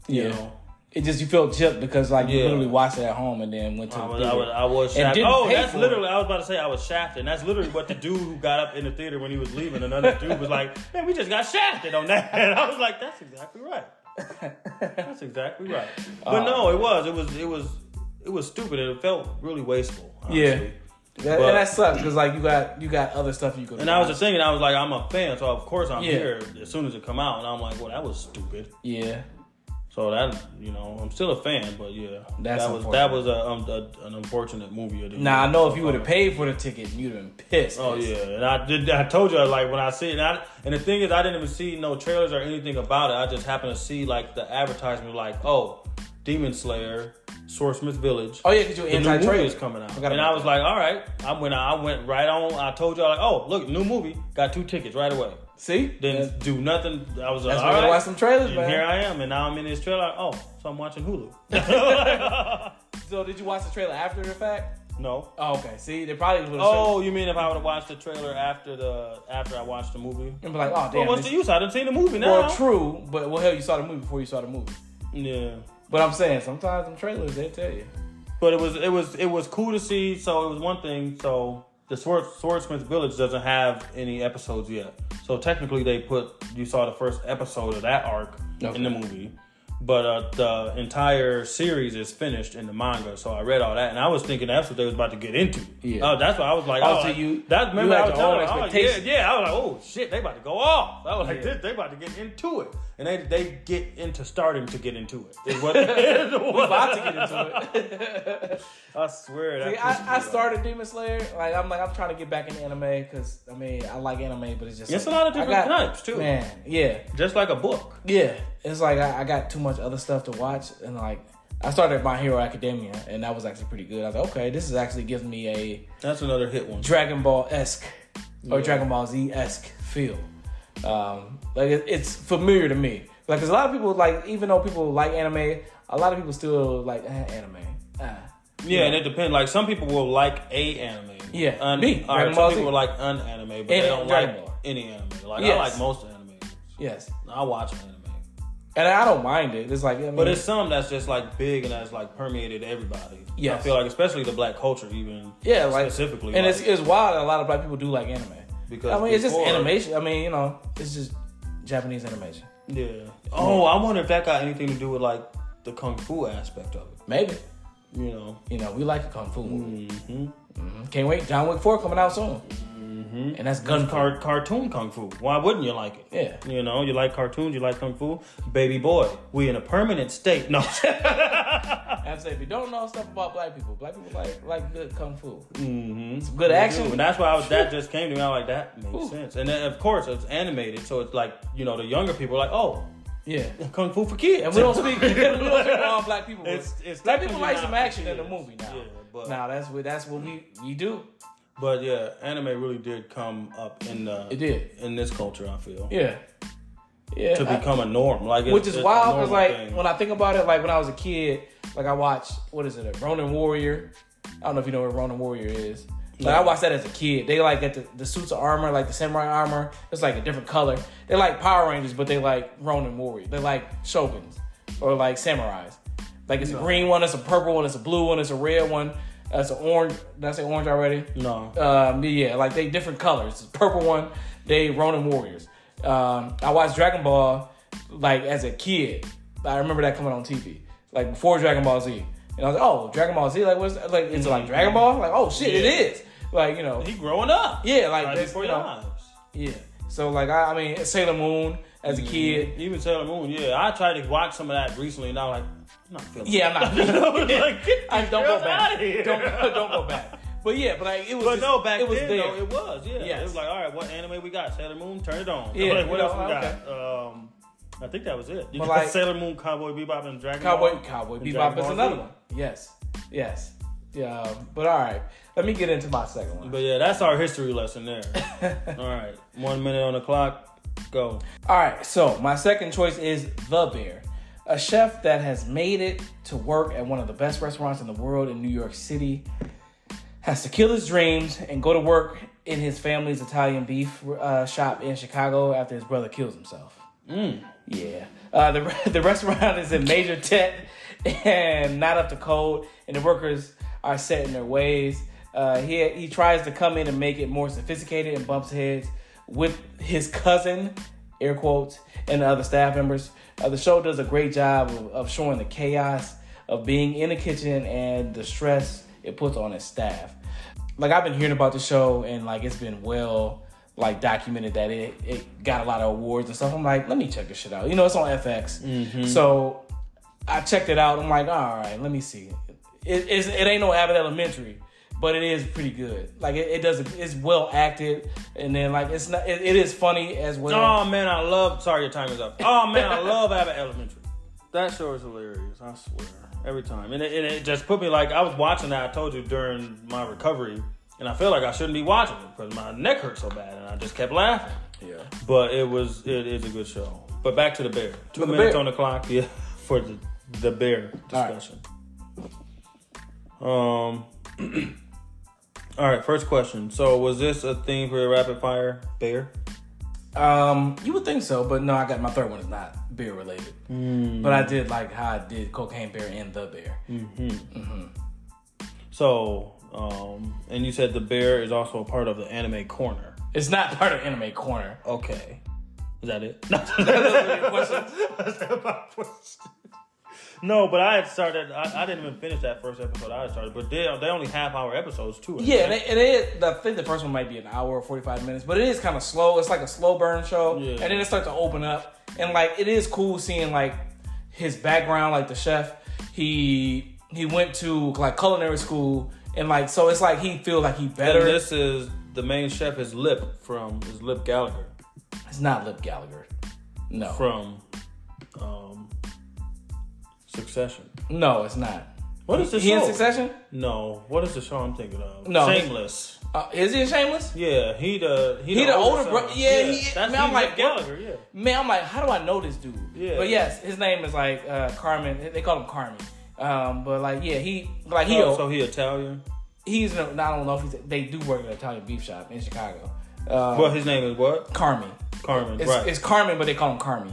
Speaker 2: you
Speaker 1: yeah.
Speaker 2: know,
Speaker 1: It just you felt chipped because like you
Speaker 2: Yeah.
Speaker 1: literally watched it at home and then went to
Speaker 2: I
Speaker 1: the
Speaker 2: was, I
Speaker 1: theater.
Speaker 2: was, I was
Speaker 1: And
Speaker 2: shafted.
Speaker 1: didn't
Speaker 2: Oh,
Speaker 1: pay
Speaker 2: that's
Speaker 1: for it.
Speaker 2: literally, I was about to say I was shafted. And that's literally what the dude who got up in the theater when he was leaving, another dude was like, man, we just got shafted on that. And I was like, that's exactly right. That's exactly right. But no,
Speaker 1: Uh,
Speaker 2: it was, it was, it was, it was stupid. It felt really wasteful. honestly.
Speaker 1: Yeah. That-
Speaker 2: But-
Speaker 1: and that sucks because like you got you got other stuff you could.
Speaker 2: And I was just thinking, I was like, I'm a fan, so of course I'm
Speaker 1: Yeah.
Speaker 2: here as soon as it come out. And I'm like, well, that was stupid.
Speaker 1: yeah.
Speaker 2: So that, you know, I'm still a fan, but yeah,
Speaker 1: That's
Speaker 2: that was that was a, um, a, an unfortunate movie. Of the
Speaker 1: Now I
Speaker 2: year
Speaker 1: know
Speaker 2: so
Speaker 1: if you would
Speaker 2: far.
Speaker 1: have paid for the ticket, you'd have been pissed.
Speaker 2: Oh yeah, and I did. I told you like when I see it, and, I, and the thing is, I didn't even see no trailers or anything about it. I just happened to see like the advertisement, like oh, Demon Slayer, Swordsmith Village.
Speaker 1: Oh yeah, because you're
Speaker 2: the new
Speaker 1: anti
Speaker 2: movie is
Speaker 1: trailer.
Speaker 2: coming out,
Speaker 1: Forgot
Speaker 2: and
Speaker 1: about
Speaker 2: I was
Speaker 1: that.
Speaker 2: like, all right. I went. I went right on. I told y'all like, oh, look, new movie. Got two tickets right away.
Speaker 1: See,
Speaker 2: Didn't
Speaker 1: that's,
Speaker 2: do nothing. I was like,
Speaker 1: that's
Speaker 2: all
Speaker 1: why I
Speaker 2: right.
Speaker 1: watch some trailers,
Speaker 2: and
Speaker 1: man.
Speaker 2: here I am, and now I'm in this trailer. like, oh, so I'm watching Hulu.
Speaker 1: So did you watch the trailer after the fact?
Speaker 2: no.
Speaker 1: Oh, okay. See, they probably would have.
Speaker 2: Oh, you mean if I would have watched the trailer after the after I watched the movie?
Speaker 1: and be like, oh damn.
Speaker 2: Well, what's
Speaker 1: this-
Speaker 2: the use? I didn't see the movie now.
Speaker 1: well, true, but well, hell, you saw the movie before you saw the movie.
Speaker 2: Yeah,
Speaker 1: But I'm saying sometimes in trailers they tell you.
Speaker 2: but it was it was it was cool to see. So it was one thing. So the Sword, Swordsmith's Village doesn't have any episodes yet. So technically, they put you saw the first episode of that arc
Speaker 1: Okay.
Speaker 2: in the movie, but uh, the entire series is finished in the manga. So I read all that, and I was thinking that's what they was about to get into.
Speaker 1: Yeah.
Speaker 2: Oh, that's why I was like,
Speaker 1: Oh,
Speaker 2: oh,
Speaker 1: so you-
Speaker 2: that remember
Speaker 1: you had
Speaker 2: I was
Speaker 1: your own
Speaker 2: telling them, I was like,
Speaker 1: expectations.
Speaker 2: yeah, yeah. I was like, oh shit, they about to go off. I was like,
Speaker 1: Yeah.
Speaker 2: this, they about to get into it, and they they get into starting to get into it. Is what is what-
Speaker 1: About to get into it.
Speaker 2: I swear. That
Speaker 1: See,
Speaker 2: pisses me
Speaker 1: I, I
Speaker 2: off.
Speaker 1: started Demon Slayer. Like I'm like I'm trying to get back into anime because I mean I like anime, but it's just
Speaker 2: It's
Speaker 1: like,
Speaker 2: a lot of
Speaker 1: I
Speaker 2: different types, too.
Speaker 1: Man, yeah,
Speaker 2: Just like a book.
Speaker 1: yeah. It's like I, I got too much other stuff to watch, and like I started My Hero Academia, and that was actually pretty good. I was like, okay, this is actually gives me a
Speaker 2: That's another hit one.
Speaker 1: Dragon Ball esque or
Speaker 2: Yeah.
Speaker 1: Dragon Ball Z esque feel. Um, like it, it's familiar to me. Like, cause a lot of people like, even though people like anime, a lot of people still like eh, anime. Ah.
Speaker 2: Yeah, and it depends. Like some people will like a anime.
Speaker 1: Yeah,
Speaker 2: Un-
Speaker 1: me,
Speaker 2: All
Speaker 1: Dragon
Speaker 2: right,
Speaker 1: Ball
Speaker 2: some
Speaker 1: Z.
Speaker 2: people like an anime, but
Speaker 1: And
Speaker 2: they don't
Speaker 1: Dragon
Speaker 2: like
Speaker 1: Ball.
Speaker 2: any anime. Like
Speaker 1: Yes.
Speaker 2: I like most anime.
Speaker 1: Yes,
Speaker 2: I watch anime,
Speaker 1: and I don't mind it. It's like, I mean,
Speaker 2: but it's some that's just like big and that's like permeated everybody. Yeah, I
Speaker 1: Yes.
Speaker 2: feel like especially the black culture, even
Speaker 1: yeah, like
Speaker 2: specifically,
Speaker 1: and
Speaker 2: like,
Speaker 1: it's it's wild. that A lot of black people do like anime.
Speaker 2: because
Speaker 1: I mean, it's just
Speaker 2: before-
Speaker 1: animation. I mean, you know, it's just Japanese animation.
Speaker 2: Yeah. Oh, I wonder if that got anything to do with like the kung fu aspect of it.
Speaker 1: Maybe
Speaker 2: You know.
Speaker 1: you know we like a kung fu movie.
Speaker 2: Mm-hmm. Mm-hmm.
Speaker 1: Can't wait. John Wick Four coming out soon. and that's gun
Speaker 2: Gun
Speaker 1: car.
Speaker 2: car- cartoon kung fu. Why wouldn't you like it?
Speaker 1: Yeah.
Speaker 2: You know, you like cartoons, you like kung fu. Baby boy, we in a permanent state. No.
Speaker 1: I say if you don't know stuff about black people, black people like like good kung fu,
Speaker 2: mm-hmm.
Speaker 1: Some good action.
Speaker 2: And that's why I was, that just came to me. I'm like, that makes
Speaker 1: Ooh.
Speaker 2: sense. And then, of course, it's animated, so it's like you know the younger people are like, oh,
Speaker 1: Yeah,
Speaker 2: kung fu for kids.
Speaker 1: and we don't speak. we don't speak for all black people. but
Speaker 2: It's- it's
Speaker 1: black people like
Speaker 2: definitely not
Speaker 1: some
Speaker 2: for
Speaker 1: action in the
Speaker 2: kids.
Speaker 1: movie now.
Speaker 2: Yeah, but-
Speaker 1: now that's what that's what we we do.
Speaker 2: But yeah, anime really did come up in the
Speaker 1: It did.
Speaker 2: in this culture. I feel
Speaker 1: Yeah, yeah.
Speaker 2: to
Speaker 1: I-
Speaker 2: become a norm, like it's-
Speaker 1: which is
Speaker 2: it's a
Speaker 1: wild because
Speaker 2: normal
Speaker 1: like
Speaker 2: thing.
Speaker 1: when I think about it, like when I was a kid, like I watched what is it, a Ronin Warrior? I don't know if you know what Ronin Warrior is. Like I watched that as a kid. They like get the, the suits of armor, like the samurai armor. It's like a different color. They like Power Rangers, but they like Ronin Warrior. They like shoguns or like samurais. Like it's a green one, it's a purple one, it's a blue one, it's a red one, that's an orange. Did I say orange already?
Speaker 2: no,
Speaker 1: Um, yeah, like they different colors. Purple one, they Ronin Warriors. Um, I watched Dragon Ball like as a kid. I remember that coming on TV, like before Dragon Ball Z. And I was like, oh, Dragon Ball Z, like what's like it's like Dragon Ball? Like, oh shit, it
Speaker 2: Yeah.
Speaker 1: is. Like, you know.
Speaker 2: he growing up.
Speaker 1: Yeah, like
Speaker 2: right
Speaker 1: that's,
Speaker 2: before
Speaker 1: you
Speaker 2: your
Speaker 1: know,
Speaker 2: eyes.
Speaker 1: Yeah. So like I, I mean Sailor Moon as
Speaker 2: Mm.
Speaker 1: a kid.
Speaker 2: Even Sailor Moon, yeah. I tried to watch some of that recently, and I'm like, I'm not feeling.
Speaker 1: Yeah, I'm not
Speaker 2: I was like, get
Speaker 1: I
Speaker 2: these
Speaker 1: don't go
Speaker 2: girls
Speaker 1: back.
Speaker 2: outta here.
Speaker 1: Don't don't go back. But yeah, but like it was
Speaker 2: But
Speaker 1: just-
Speaker 2: no, back
Speaker 1: it was
Speaker 2: then
Speaker 1: there.
Speaker 2: though, it was. Yeah,
Speaker 1: Yes.
Speaker 2: it was like, all right, what anime we got? Sailor Moon, turn it on.
Speaker 1: Yeah,
Speaker 2: like, what
Speaker 1: you
Speaker 2: else
Speaker 1: know,
Speaker 2: we got? Um, I think that was it. You
Speaker 1: But
Speaker 2: got
Speaker 1: like-
Speaker 2: Sailor Moon, Cowboy Bebop, and Dragon
Speaker 1: Cowboy
Speaker 2: Ball.
Speaker 1: Cowboy
Speaker 2: and
Speaker 1: Bebop
Speaker 2: Dragon
Speaker 1: is
Speaker 2: Ball
Speaker 1: another
Speaker 2: Z.
Speaker 1: one. Yes. Yes. Yeah, um, but all right. Let me get into my second one.
Speaker 2: But yeah, that's our history lesson there. all right, one minute on the clock. Go.
Speaker 1: All right, so my second choice is The Bear, a chef that has made it to work at one of the best restaurants in the world in New York City, has to kill his dreams and go to work in his family's Italian beef uh, shop in Chicago after his brother kills himself. Yeah. Uh, the, the restaurant is in major debt and not up to code, and the workers are set in their ways. Uh, he, he tries to come in and make it more sophisticated and bumps heads with his cousin, air quotes, and the other staff members. Uh, the show does a great job of, of showing the chaos of being in the kitchen and the stress it puts on its staff like I've been hearing about the show and like it's been well like documented that it it got a lot of awards and stuff. I'm like, let me check this shit out. You know, it's on FX. So I checked it out. I'm like, all right, let me see. It it's, it ain't no Abbott Elementary, but it is pretty good. Like it, it does it's well acted and then like it's not it, it is funny as well.
Speaker 2: Oh man, I love. Sorry, your time is up. Oh man, I love Abbott Elementary. That show is hilarious. I swear, every time, and it, and it just put me like I was watching that. I told you during my recovery, and I feel like I shouldn't be watching it because my neck hurt so bad, and I just kept laughing.
Speaker 1: Yeah.
Speaker 2: But it was it is a good show. But back to the bear. Two
Speaker 1: For the
Speaker 2: minutes
Speaker 1: bear.
Speaker 2: on the clock. Yeah, for the the bear
Speaker 1: right.
Speaker 2: discussion. Um. all right. First question. So was this a theme for a rapid fire bear?
Speaker 1: Um, you would think so, but no, I got my third one is not beer related. But I did like how I did Cocaine Bear and The Bear.
Speaker 2: So, um, and you said the bear is also a part of the anime corner.
Speaker 1: It's not part of Anime Corner.
Speaker 2: Okay. Is that it? no, but I had started. I, I didn't even finish that first episode. I had started, but they they only half hour episodes too. ain't
Speaker 1: Yeah,
Speaker 2: they?
Speaker 1: and it, and it, I think the first one might be an hour or 45 minutes, but it is kind of slow. It's like a slow burn show.
Speaker 2: Yeah.
Speaker 1: And then it starts to open up. And like, it is cool seeing like his background, like the chef. He he went to like culinary school. And like, so it's like he feels like he better.
Speaker 2: And this is the main chef is Lip from is Lip Gallagher
Speaker 1: it's not Lip Gallagher. No.
Speaker 2: from um, Succession.
Speaker 1: no, it's not.
Speaker 2: What is the
Speaker 1: He
Speaker 2: show?
Speaker 1: in Succession?
Speaker 2: No, what is the show I'm thinking of?
Speaker 1: No.
Speaker 2: Shameless.
Speaker 1: Uh, is he in Shameless?
Speaker 2: Yeah, he the he,
Speaker 1: He the older
Speaker 2: son.
Speaker 1: bro- yeah, he-
Speaker 2: that's
Speaker 1: man, I'm
Speaker 2: he,
Speaker 1: like,
Speaker 2: Lip Gallagher. Yeah.
Speaker 1: Man, I'm like, how do I know this dude?
Speaker 2: Yeah.
Speaker 1: But yes, his name is like uh, Carmen. They call him Carmen. Um, but like, yeah, he like he
Speaker 2: Oh, so he Italian.
Speaker 1: he's in a, I don't know if he's they do work at an Italian beef shop in Chicago. Uh,
Speaker 2: Well, his name is what?
Speaker 1: Carmi.
Speaker 2: Carmen,
Speaker 1: It's,
Speaker 2: right?
Speaker 1: it's Carmen, but they call him Carmi.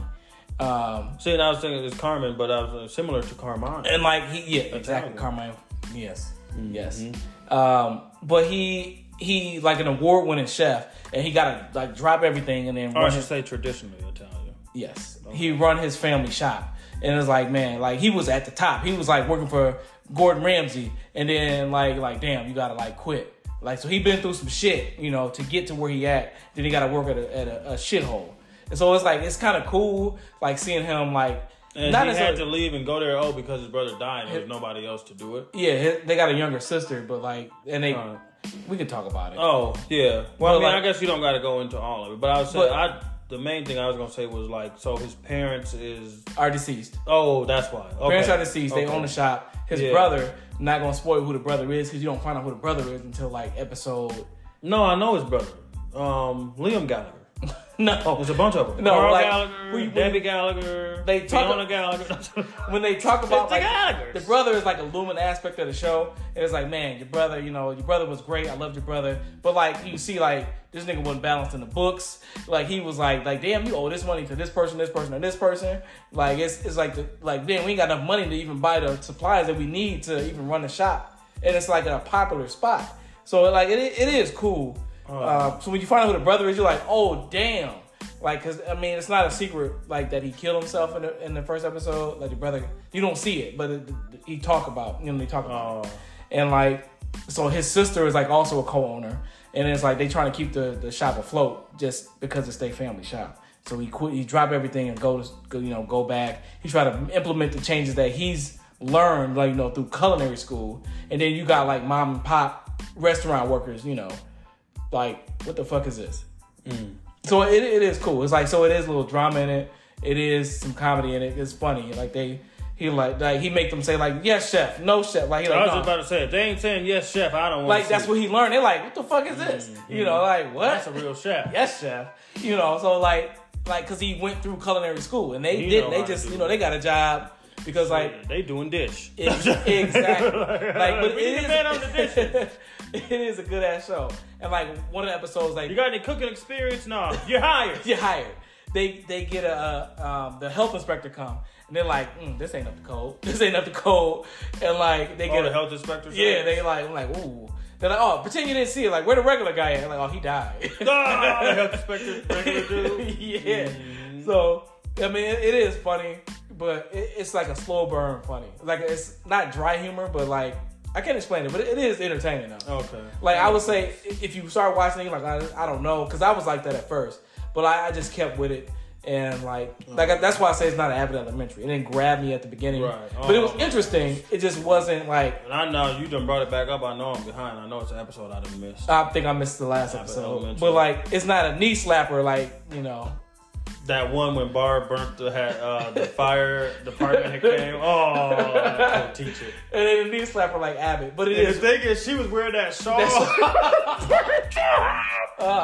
Speaker 1: Um,
Speaker 2: See, and I was thinking it's Carmen, but I was uh, similar to Carmine.
Speaker 1: and like he, yeah, exactly,
Speaker 2: Italian. Mm-hmm.
Speaker 1: Carmine. Yes, yes. Um, but he he like an award winning chef, and he got to like drop everything and then
Speaker 2: Or I
Speaker 1: run
Speaker 2: should
Speaker 1: his
Speaker 2: say traditionally Italian.
Speaker 1: Yes. He run his family shop. And it's like, man, like he was at the top. He was like working for Gordon Ramsay. And then like like damn, you gotta like quit. Like so, he been through some shit, you know, to get to where he at. Then he got to work at a, at a, a shithole, and so it's like it's kind of cool, like seeing him like
Speaker 2: And
Speaker 1: not
Speaker 2: he had
Speaker 1: necessarily.
Speaker 2: to leave and go there. Oh, because his brother died. and There was nobody else to do it.
Speaker 1: yeah, his, they got a younger sister, but like, and they
Speaker 2: Alright.
Speaker 1: we can talk about it.
Speaker 2: Oh yeah. Well, I
Speaker 1: But,
Speaker 2: mean,
Speaker 1: like-
Speaker 2: I guess you don't got to go into all of it, but I would say
Speaker 1: But-
Speaker 2: I. The main thing I was gonna say was like, so his parents is
Speaker 1: Are deceased.
Speaker 2: oh, that's why. Okay.
Speaker 1: Parents are deceased. They
Speaker 2: Okay.
Speaker 1: own the shop. His
Speaker 2: Yeah.
Speaker 1: brother. Not gonna spoil who the brother is because you don't find out who the brother is until like episode.
Speaker 2: No, I know his brother, um, Liam Gallagher.
Speaker 1: No,
Speaker 2: There's a bunch of them.
Speaker 1: Oh. No,
Speaker 2: Carl
Speaker 1: like,
Speaker 2: Gallagher,
Speaker 1: we- we-
Speaker 2: Debbie Gallagher,
Speaker 1: They talk-
Speaker 2: Fiona Gallagher.
Speaker 1: when they talk about
Speaker 2: It's the
Speaker 1: like,
Speaker 2: Gallagher's.
Speaker 1: the brother is like a looming aspect of the show. And it's like, man, your brother, you know, your brother was great. I loved your brother, but like you see, like this nigga wasn't balanced in the books. Like he was like, like damn, you owe this money to this person, this person, and this person. Like it's it's like the like damn, we ain't got enough money to even buy the supplies that we need to even run the shop. And it's like a popular spot, so like it it is cool. Uh, so when you find out who the brother is, you're like, oh damn. Like, cause I mean, it's not a secret like that he killed himself in the in the first episode. Like the brother, you don't see it, but it, he talk about you know they talk about, it.
Speaker 2: Oh.
Speaker 1: and like, so his sister is like also a co-owner, and it's like they trying to keep the the shop afloat just because it's their family shop. So he quit, he drop everything and go to go, you know go back. He try to implement the changes that he's learned like you know through culinary school, and then you got like mom and pop restaurant workers, you know, like what the fuck is this? so it, it is cool. It's like so it is a little drama in it. It is some comedy in it. It's funny. Like they he like like he make them say like yes chef, no chef. Like he
Speaker 2: I
Speaker 1: like,
Speaker 2: was just
Speaker 1: "No."
Speaker 2: about to say, if they ain't saying yes, chef, I don't want.
Speaker 1: like that's what he learned. They're like what the fuck is this? You know like what?
Speaker 2: Mm-hmm. That's a real chef.
Speaker 1: yes chef. You know so like like because he went through culinary school and they
Speaker 2: You
Speaker 1: didn't.
Speaker 2: know
Speaker 1: They
Speaker 2: how to
Speaker 1: just
Speaker 2: do
Speaker 1: you know they got a job because like
Speaker 2: they doing dish.
Speaker 1: Ex- exactly. like, but
Speaker 2: we
Speaker 1: it
Speaker 2: need
Speaker 1: is,
Speaker 2: a man on the dishes.
Speaker 1: it is a good ass show. And like one of the episodes, like
Speaker 2: You got any cooking experience? No, you're hired.
Speaker 1: get hired. They they get a, a um, the health inspector come and they're like, mm, this ain't up to code. This ain't up to code. And like they
Speaker 2: Oh,
Speaker 1: get
Speaker 2: the
Speaker 1: a,
Speaker 2: health inspector.
Speaker 1: yeah, they like I'm like ooh. They're like, oh, pretend you didn't see it. Like, where the regular guy at? Like, oh, he died.
Speaker 2: Ah, the health inspector, regular dude. Mm-hmm.
Speaker 1: yeah. So I mean, it, it is funny, but it, it's like a slow burn funny. Like it's not dry humor, but like I can't explain it, but it, it is entertaining though.
Speaker 2: Okay.
Speaker 1: Like I would say, i- if you start watching, it, you're like I, I don't know, because I was like that at first, but I, I just kept with it, and like
Speaker 2: Oh.
Speaker 1: like I, that's why I say it's not an Abbott Elementary. It didn't grab me at the beginning,
Speaker 2: Right.
Speaker 1: but it was
Speaker 2: Oh.
Speaker 1: interesting. It just wasn't like
Speaker 2: And I know you done brought it back up. I know I'm behind. I know it's an episode I done missed.
Speaker 1: I think I missed the last
Speaker 2: Abbott
Speaker 1: episode,
Speaker 2: Elementary.
Speaker 1: but like it's not a knee slapper, like you know.
Speaker 2: That one when Barb burnt the hat, uh, the fire department that came. Oh, that poor teacher.
Speaker 1: And then a knee slapper like Abbott, but it
Speaker 2: And the
Speaker 1: is
Speaker 2: thing is, she was wearing that shawl.
Speaker 1: Uh,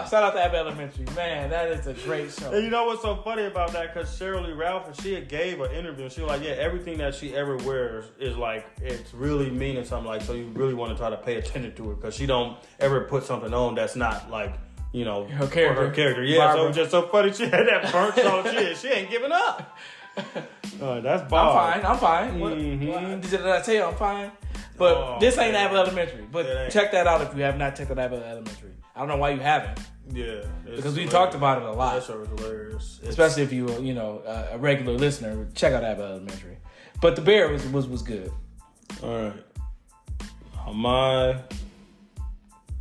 Speaker 1: shout out to Abbott Elementary. Man, that is a great show.
Speaker 2: And you know what's so funny about that? Because Cheryl Lee Ralph, she had gave an interview. and She was like, yeah, everything that she ever wears is like it's really meaning something. Like, so you really want to try to pay attention to it because she don't ever put something on that's not like you know
Speaker 1: Her character.
Speaker 2: Her character, yeah. So
Speaker 1: Barbara.
Speaker 2: it was just so funny. She had that burnt on. She she ain't giving up. Oh, that's
Speaker 1: I'm
Speaker 2: Bob.
Speaker 1: fine. I'm fine. What-
Speaker 2: Mhm.
Speaker 1: what- Did, did I tell you I'm fine? But
Speaker 2: Oh,
Speaker 1: this ain't
Speaker 2: man.
Speaker 1: Abbott Elementary.
Speaker 2: It
Speaker 1: But
Speaker 2: ain't.
Speaker 1: check that out if you have not checked out Abbott Elementary. I don't know why you haven't
Speaker 2: Yeah,
Speaker 1: because we talked about it a
Speaker 2: that
Speaker 1: lot.
Speaker 2: show was hilarious. It's-
Speaker 1: Especially if you were, you know uh, a regular listener, check out Abbott Elementary. But the bear was was, was good.
Speaker 2: all right. My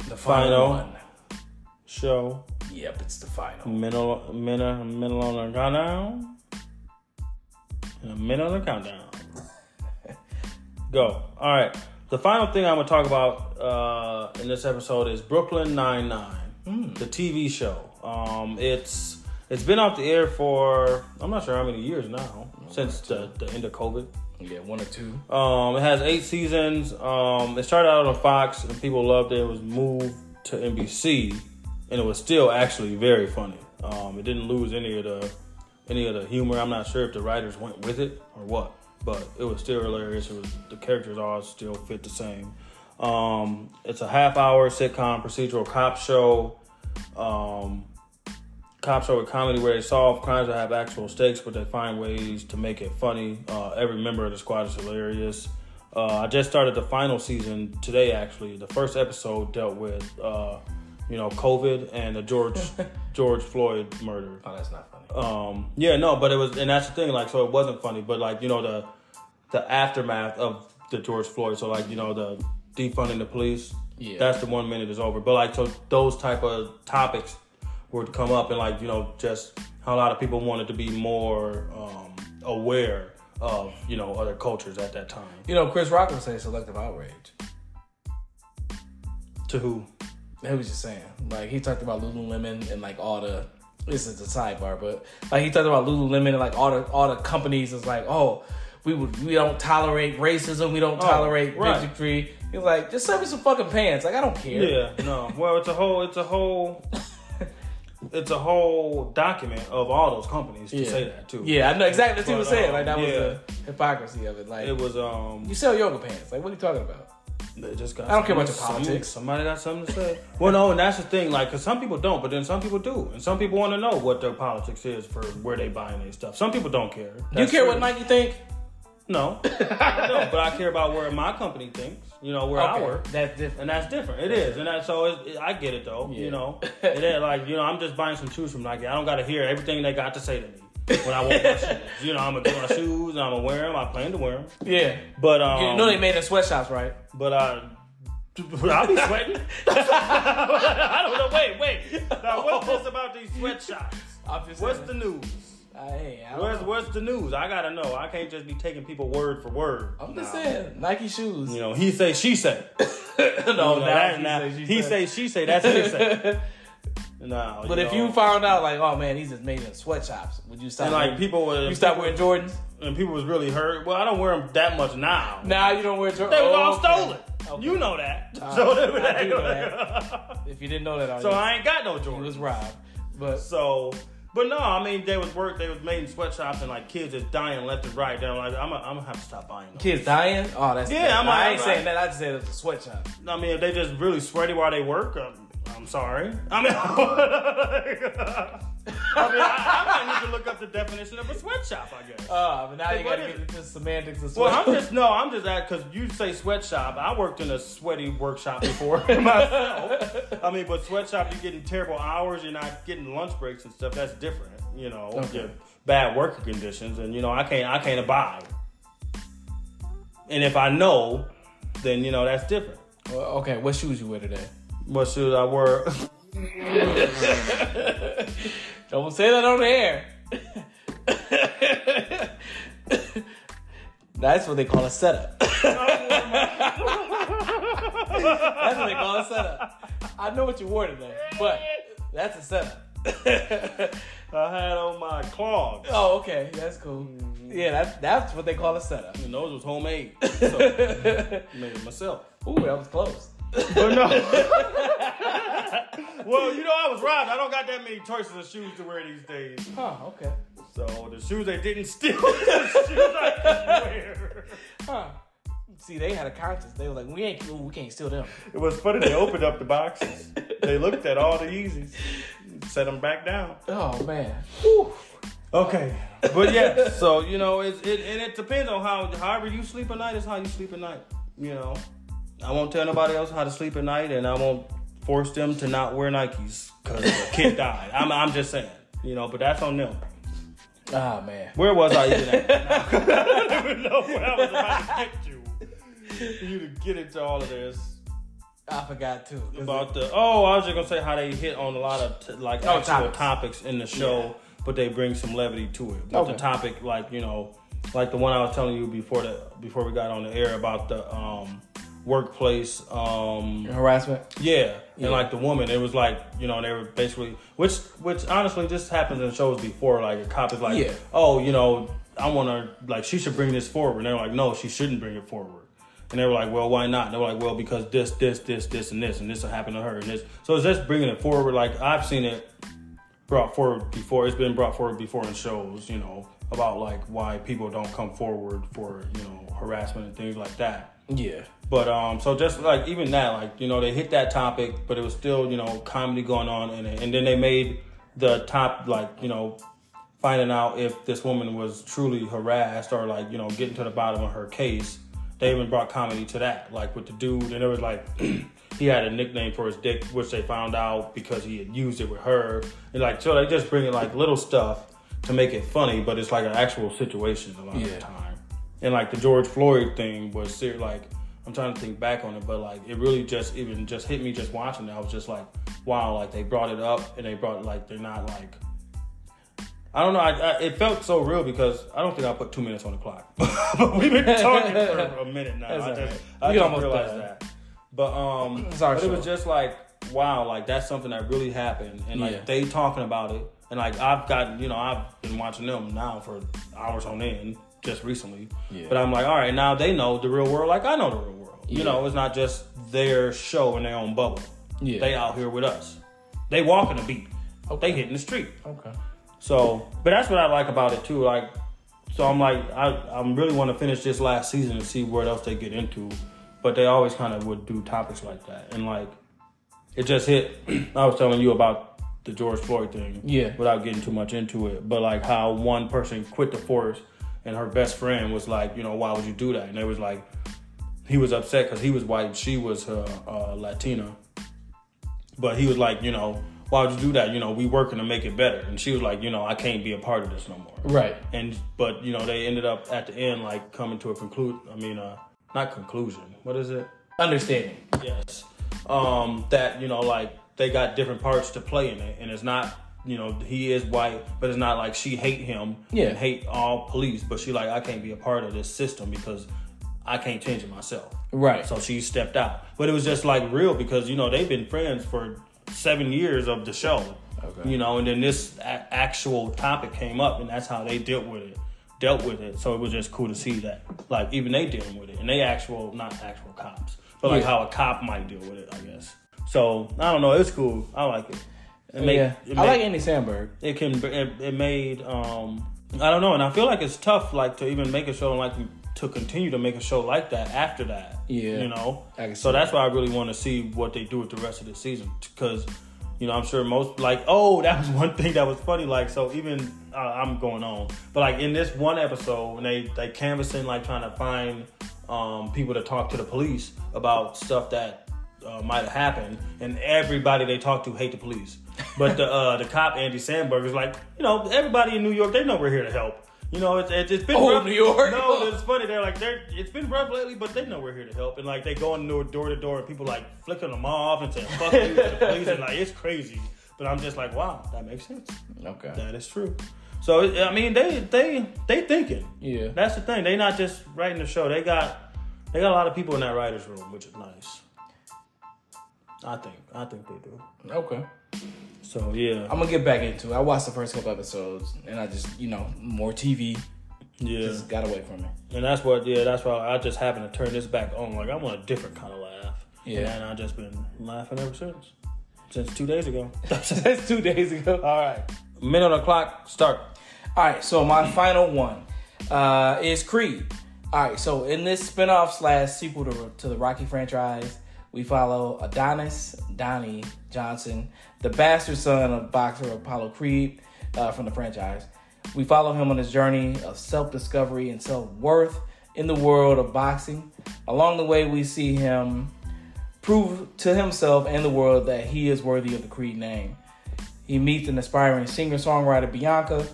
Speaker 1: The
Speaker 2: Final. show.
Speaker 1: Yep, it's the
Speaker 2: Mm.
Speaker 1: final.
Speaker 2: Middle, middle, middle on the countdown. And a minute on the countdown. Go. All right. The final thing I'm gonna talk about uh, in this episode is Brooklyn Nine Nine, the TV show. Um, it's it's been off the air for I'm not sure how many years now since the, the end of COVID.
Speaker 1: Yeah, one or two.
Speaker 2: Um, it has eight seasons. Um, it started out on Fox and people loved it. It was moved to NBC, and it was still actually very funny. Um, it didn't lose any of the any of the humor. I'm not sure if the writers went with it or what, but it was still hilarious. It was the characters all still fit the same. Um, it's a half hour sitcom procedural cop show. Um, cop show with comedy where they solve crimes that have actual stakes, but they find ways to make it funny. Uh, every member of the squad is hilarious. Uh, I just started the final season today, actually. The first episode dealt with, uh, you know, COVID and the George George Floyd murder.
Speaker 1: Oh, that's not funny.
Speaker 2: Um, yeah, no, but it was, and that's the thing. Like, so it wasn't funny, but like you know the the aftermath of the George Floyd. So like you know the defunding the police.
Speaker 1: Yeah.
Speaker 2: That's the one minute is over. But like so those type of topics would come up and like, you know, just how a lot of people wanted to be more um, aware of, you know, other cultures at that time.
Speaker 1: You know, Chris Rock would say selective outrage.
Speaker 2: To who?
Speaker 1: He was just saying, like he talked about Lululemon and like all the. This is the sidebar, but like he talked about Lululemon and like all the all the companies is like, oh, we would we don't tolerate racism, we don't tolerate
Speaker 2: Oh, right.
Speaker 1: bigotry. He's like, just sell me some fucking pants. Like I don't care.
Speaker 2: Yeah, no. Well, it's a whole, it's a whole, it's a whole document of all those companies to
Speaker 1: Yeah.
Speaker 2: say that too.
Speaker 1: Yeah, I know exactly what he was
Speaker 2: But,
Speaker 1: saying.
Speaker 2: um,
Speaker 1: Like that was
Speaker 2: yeah.
Speaker 1: the hypocrisy of it. Like
Speaker 2: It was um.
Speaker 1: you sell yoga pants. Like what are you talking about?
Speaker 2: They just got.
Speaker 1: I don't care about
Speaker 2: something-
Speaker 1: your politics.
Speaker 2: Somebody got something to say. well, no, and that's the thing. Like, cause some people don't, but then some people do, and some people want to know what their politics is for where they buying their stuff. Some people don't care. That's
Speaker 1: you care what
Speaker 2: true.
Speaker 1: Nike think?
Speaker 2: No, no, but I care about where my company thinks. You know where I work.
Speaker 1: That's different.
Speaker 2: And that's different. It is, and that's so. It, it- I get it though.
Speaker 1: Yeah.
Speaker 2: You know, it ain't like you know. I'm just buying some shoes from Nike. I don't got to hear everything they got to say to me when I want my shoes. You know, I'm gonna get my shoes and I'm gonna wear them. I plan to wear them.
Speaker 1: Yeah.
Speaker 2: But um,
Speaker 1: you know they made it in sweatshops, right?
Speaker 2: but I, I be sweating. I don't know. Wait, wait. Now what's this about these sweatshops?
Speaker 1: I'm just
Speaker 2: What's
Speaker 1: saying.
Speaker 2: the news?
Speaker 1: I, hey, I don't
Speaker 2: Where's
Speaker 1: know.
Speaker 2: what's the news? I gotta know. I can't just be taking people word for word.
Speaker 1: I'm just
Speaker 2: now.
Speaker 1: saying Nike shoes.
Speaker 2: You know, he say, she say.
Speaker 1: no,
Speaker 2: You know,
Speaker 1: now
Speaker 2: that-
Speaker 1: he
Speaker 2: now-
Speaker 1: say, she
Speaker 2: he
Speaker 1: say.
Speaker 2: say, she say. That's his say. No,
Speaker 1: But if
Speaker 2: know.
Speaker 1: you found out like, oh man, these is made in sweatshops, would you stop?
Speaker 2: and like
Speaker 1: wearing-
Speaker 2: people were,
Speaker 1: you stop wearing Jordans?
Speaker 2: and people was really hurt. Well, I don't wear them that much now.
Speaker 1: Now you don't wear Jordans. Oh,
Speaker 2: they was all stolen.
Speaker 1: Okay.
Speaker 2: You know that.
Speaker 1: Uh,
Speaker 2: so
Speaker 1: I do know If you didn't know that,
Speaker 2: so
Speaker 1: already,
Speaker 2: I ain't got no
Speaker 1: it
Speaker 2: Jordans.
Speaker 1: was robbed. But
Speaker 2: So, but no, I mean they was work. They was made in sweatshops, and like kids is dying left and right. They're like, I'm, i I'm gonna have to stop buying them.
Speaker 1: kids dying? Oh, that's
Speaker 2: Yeah,
Speaker 1: that's-
Speaker 2: I'm-
Speaker 1: I
Speaker 2: I'm-
Speaker 1: ain't saying that. I just said it was a sweatshop.
Speaker 2: I mean, if they just really sweaty while they work, I'm, I'm sorry. I mean, I, mean I, I might need to look up the definition of a sweatshop, I guess.
Speaker 1: Uh, but now you
Speaker 2: what
Speaker 1: gotta get
Speaker 2: is it?
Speaker 1: into semantics and
Speaker 2: well,
Speaker 1: sweat.
Speaker 2: I'm just no, I'm just at because you say sweatshop. I worked in a sweaty workshop before myself. I mean, but sweatshop, you're getting terrible hours. You're not getting lunch breaks and stuff. That's different, you know.
Speaker 1: Okay.
Speaker 2: You're Bad working conditions, and you know, I can't, I can't abide. And if I know, then you know that's different.
Speaker 1: Well, okay, what shoes you wear today?
Speaker 2: What should I wear?
Speaker 1: Don't say that on the air. That's what they call a setup. that's what they call a setup. I know what you wore today, but that's a setup.
Speaker 2: I had on my clogs.
Speaker 1: oh, okay, that's cool. Yeah, that, that's what they call a setup.
Speaker 2: And those was homemade. So I made it myself.
Speaker 1: Ooh, that was close.
Speaker 2: But no. well, you know, I was robbed. I don't got that many choices of shoes to wear these days.
Speaker 1: Huh, okay.
Speaker 2: So the shoes they didn't steal, the shoes I could wear.
Speaker 1: Huh. See, they had a conscience. They were like, we ain't, ooh, we can't steal them.
Speaker 2: It was funny. They opened up the boxes. They looked at all the Yeezys, set them back down.
Speaker 1: Oh man. Whew.
Speaker 2: Okay. But yeah, so you know, it's it and it depends on how however you sleep at night is how you sleep at night. You know. I won't tell nobody else how to sleep at night and I won't force them to not wear Nikes because a kid died. I'm I'm just saying. You know, but that's on them.
Speaker 1: Ah man.
Speaker 2: Where was I even at? I don't even know where I was about to get you. You to get into all of this.
Speaker 1: I forgot too. 'Cause
Speaker 2: About the oh, I was just gonna say how they hit on a lot of t- like
Speaker 1: Oh,
Speaker 2: actual
Speaker 1: topics.
Speaker 2: topics. in the show, but they bring some levity to it. But
Speaker 1: Okay.
Speaker 2: the topic, like you know, like the one I was telling you before the before we got on the air about the um, workplace, um,
Speaker 1: harassment.
Speaker 2: yeah,
Speaker 1: Yeah.
Speaker 2: and like the woman, it was like you know they were basically which which honestly this happens in shows before. Like a cop is like,
Speaker 1: Yeah.
Speaker 2: oh, you know, I want to like she should bring this forward, and they were like, no, she shouldn't bring it forward. And they were like, well, why not? And they were like, well, because this, this, this, this, and this, and this will happen to her, and this. So it's just bringing it forward. Like I've seen it brought forward before. It's been brought forward before in shows, you know, about like why people don't come forward for you know harassment and things like that.
Speaker 1: Yeah.
Speaker 2: But um, so just like even that, like you know, they hit that topic, but it was still you know comedy going on, and and then they made the top like you know finding out if this woman was truly harassed or like you know getting to the bottom of her case. They even brought comedy to that, like with the dude, and it was like he had a nickname for his dick, which they found out because he had used it with her, and like so they just bring it like little stuff to make it funny, but it's like an actual situation a lot of
Speaker 1: Yeah.
Speaker 2: the time time. And like the George Floyd thing was ser- like I'm trying to think back on it, but like it really just even just hit me just watching it. I was just like, wow, like they brought it up and they brought like they're not like. I don't know. I, I, it felt so real because I don't think I put two minutes on the clock. but we've been talking for a minute now.
Speaker 1: That's
Speaker 2: I
Speaker 1: all
Speaker 2: just,
Speaker 1: right.
Speaker 2: I
Speaker 1: We
Speaker 2: just
Speaker 1: almost
Speaker 2: realized
Speaker 1: done.
Speaker 2: that. But um,
Speaker 1: It's our
Speaker 2: but it was
Speaker 1: show.
Speaker 2: just like wow, like that's something that really happened, and like
Speaker 1: Yeah.
Speaker 2: they talking about it, and like I've gotten, you know, I've been watching them now for hours on end just recently,
Speaker 3: Yeah.
Speaker 2: but I'm like, all right, now they know the real world, like I know the real world. You
Speaker 3: Yeah.
Speaker 2: know, it's not just their show in their own bubble.
Speaker 1: Yeah.
Speaker 2: They out here with us. They walking the beat.
Speaker 1: Okay.
Speaker 2: They hitting the street.
Speaker 1: Okay.
Speaker 2: So, but that's what I like about it too. Like, so I'm like, I, I really want to finish this last season and see what else they get into. But they always kind of would do topics like that. And like, it just hit. I was telling you about the George Floyd thing.
Speaker 1: Yeah.
Speaker 2: Without getting too much into it. But like how one person quit the force and her best friend was like, you know, why would you do that? And they was like, he was upset because he was white, she was uh, uh, Latina. But he was like, you know, why would you do that? You know, we working to make it better. And she was like, you know, I can't be a part of this no more.
Speaker 1: Right.
Speaker 2: And but you know, they ended up at the end like coming to a conclude. I mean, uh, not conclusion. What is it?
Speaker 1: Understanding.
Speaker 2: Yes. Um, that you know, like they got different parts to play in it, and it's not. You know, he is white, but it's not like she hate him
Speaker 1: Yeah.
Speaker 2: and hate all police. But she like, I can't be a part of this system because I can't change it myself.
Speaker 1: Right.
Speaker 2: So she stepped out. But it was just like real because you know they've been friends for seven years of the show.
Speaker 3: Okay.
Speaker 2: You know, and then this a- actual topic came up, and that's how they dealt with it. Dealt with it. So it was just cool to see that, like even they dealing with it, and they actual not actual cops, but like
Speaker 1: Yeah.
Speaker 2: how a cop might deal with it, I guess. So I don't know. It's cool. I like it. It make-
Speaker 1: yeah.
Speaker 2: it
Speaker 1: I
Speaker 2: make-
Speaker 1: like Andy Sandberg.
Speaker 2: it can it, it made um i don't know and i feel like it's tough like to even make a show like to continue to make a show like that after that
Speaker 1: Yeah.
Speaker 2: you know
Speaker 1: I can see
Speaker 2: so that's why i really want to see what they do with the rest of the season because you know i'm sure most like oh that was one thing that was funny like so even uh, i'm going on but like in this one episode when they they canvassing like trying to find um people to talk to the police about stuff that uh, might have happened, and everybody they talk to hate the police. But the uh, the cop Andy Sandberg is like, you know, everybody in New York they know we're here to help. You know, it's, it's, it's been
Speaker 1: Oh,
Speaker 2: rough.
Speaker 1: New York.
Speaker 2: No, it's funny. They're like, they're it's been rough lately, but they know we're here to help. And like they going door door to door, and people like flicking them off and saying fuck you to the police, and like it's crazy. But I'm just like, wow, that makes sense.
Speaker 1: Okay.
Speaker 2: That is true. So it- I mean, they they they thinking.
Speaker 1: Yeah.
Speaker 2: That's the thing. They not just writing the show. They got they got a lot of people in that writers room, which is nice. I think I think they do.
Speaker 1: okay.
Speaker 2: So yeah,
Speaker 1: I'm gonna get back into it. I watched the first couple episodes, and I just, you know, more TV
Speaker 2: yeah,
Speaker 1: just got away from me.
Speaker 2: and that's what yeah that's why I just happened to turn this back on. Like I want a different kind of laugh.
Speaker 1: Yeah.
Speaker 2: and I just been laughing ever since since two days ago.
Speaker 1: That's two days ago.
Speaker 2: All right, minute on the clock. Start.
Speaker 1: All right, so my final one uh, is Creed. All right, so in this spinoff slash sequel to, to the Rocky franchise, we follow Adonis Donnie Johnson, the bastard son of boxer Apollo Creed uh, from the franchise. We follow him on his journey of self discovery and self worth in the world of boxing. Along the way, we see him prove to himself and the world that he is worthy of the Creed name. He meets an aspiring singer songwriter, Bianca,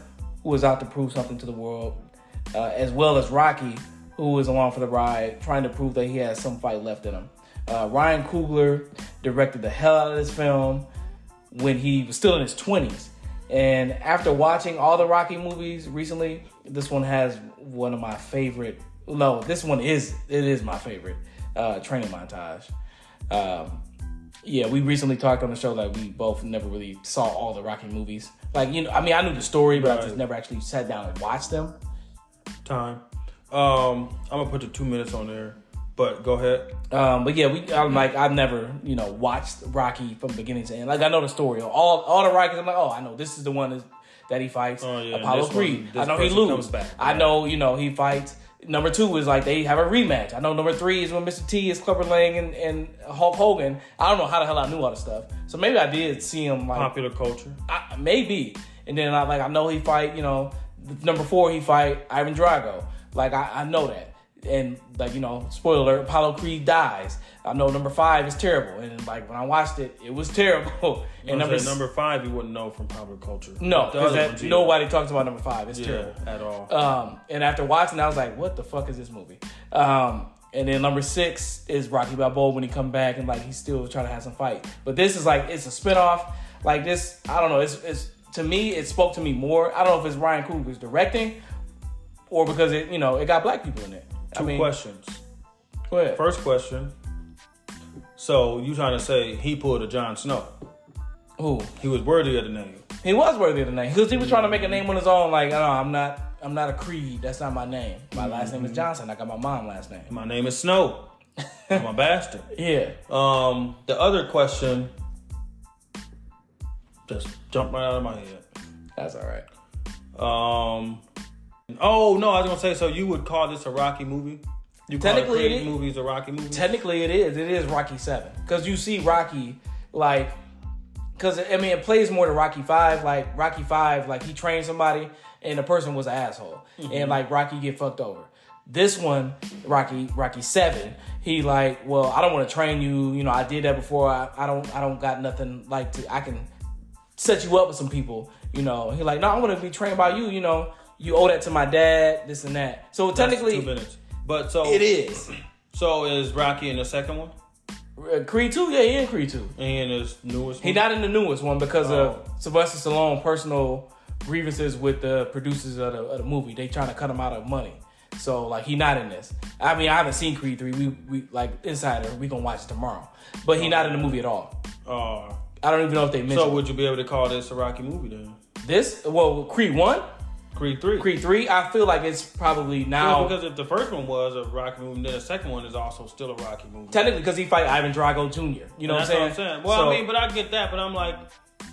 Speaker 1: who is out to prove something to the world, uh, as well as Rocky, who is along for the ride, trying to prove that he has some fight left in him. Uh, Ryan Coogler directed the hell out of this film when he was still in his 20s. And after watching all the Rocky movies recently, this one has one of my favorite. No, this one is it is my favorite uh, training montage. Um, yeah, we recently talked on the show that we both never really saw all the Rocky movies. Like you know, I mean, I knew the story, but I just
Speaker 2: Right.
Speaker 1: never actually sat down and watched them.
Speaker 2: Time. Um, I'm gonna put the two minutes on there, but go ahead.
Speaker 1: Um, but yeah, we I'm like I've never you know watched Rocky from beginning to end. Like I know the story, all all the Rockies. I'm like, oh, I know this is the one is, that he fights
Speaker 2: Oh, yeah,
Speaker 1: Apollo
Speaker 2: this one-
Speaker 1: Creed.
Speaker 2: this
Speaker 1: I know he
Speaker 2: person
Speaker 1: loses.
Speaker 2: comes back.
Speaker 1: I know you know he fights. Number two is like they have a rematch. I know number three is when Mr. T is Clubber Lang and, and Hulk Hogan. I don't know how the hell I knew all this stuff. So maybe I did see him like
Speaker 2: Popular culture.
Speaker 1: I, maybe. And then I like I know he fight, you know, th- number four he fight Ivan Drago. Like I, I know that. And like, you know, spoiler, alert, Apollo Creed dies. I know number five is terrible. And like when I watched it, it was terrible. And
Speaker 2: Number,
Speaker 1: number, s-
Speaker 2: number five, you wouldn't know from popular culture.
Speaker 1: No, Uh,
Speaker 2: The
Speaker 1: 'cause
Speaker 2: other
Speaker 1: that-
Speaker 2: ones, yeah.
Speaker 1: nobody talks about number five. It's
Speaker 2: yeah,
Speaker 1: terrible.
Speaker 2: at all.
Speaker 1: Um, and after watching, I was like, "What the fuck is this movie?" Um, And then number six is Rocky Balboa when he come back and like he's still trying to have some fight. But this is like it's a spinoff. Like this, I don't know. It's, it's to me it spoke to me more. I don't know if it's Ryan Coogler's directing or because it you know it got black people in it.
Speaker 2: Two
Speaker 1: I mean,
Speaker 2: questions.
Speaker 1: go ahead.
Speaker 2: First question. So you trying to say he pulled a Jon Snow?
Speaker 1: Who
Speaker 2: He was worthy of the name.
Speaker 1: he was worthy of the name because he was trying to make a name on his own. Like no, I'm not. I'm not a Creed. That's not my name. My last
Speaker 2: Mm-hmm.
Speaker 1: name is Johnson. I got my mom last name.
Speaker 2: My name is Snow. I'm a bastard.
Speaker 1: Yeah.
Speaker 2: Um, the other question just jumped right out of my head.
Speaker 1: That's all right.
Speaker 2: Um, oh no, I was gonna say. So you would call this a Rocky movie? You call
Speaker 1: Technically,
Speaker 2: the
Speaker 1: it
Speaker 2: Creed
Speaker 1: is.
Speaker 2: movies a Rocky movie?
Speaker 1: Technically, it is. It is Rocky Seven because you see Rocky like because I mean it plays more to Rocky Five. Like Rocky Five, like he trained somebody and the person was an asshole, and like Rocky get fucked over. This one, Rocky Rocky Seven, he like, well, I don't want to train you. You know, I did that before. I, I don't I don't got nothing like to. I can set you up with some people. You know, he like, no, I want to be trained by you. You know, you owe that to my dad, this and that. So
Speaker 2: That's
Speaker 1: technically,
Speaker 2: two minutes. But so
Speaker 1: it is.
Speaker 2: So is Rocky in the second one?
Speaker 1: Uh, Creed 2, yeah, he in Creed 2.
Speaker 2: And in his newest?
Speaker 1: He
Speaker 2: one?
Speaker 1: not in the newest one because
Speaker 2: Mm-hmm. Oh.
Speaker 1: of Sylvester Stallone personal grievances with the producers of the, of the movie. They trying to cut him out of money. So like he not in this. I mean I haven't seen Creed 3. We we like insider, we gonna watch it tomorrow. But he not in the movie at all.
Speaker 2: Uh,
Speaker 1: I don't even know if they mentioned
Speaker 2: so would you be able to call this a Rocky movie then?
Speaker 1: this. Well Creed 1,
Speaker 2: Creed three.
Speaker 1: Creed 3, I feel like it's probably now
Speaker 2: Yeah, because if the first one was a Rocky movie, then the second one is also still a Rocky movie.
Speaker 1: technically because he fight Ivan Drago Jr. You know
Speaker 2: And
Speaker 1: what I'm
Speaker 2: that's
Speaker 1: saying?
Speaker 2: Well,
Speaker 1: So,
Speaker 2: I mean, but I get that, but I'm like,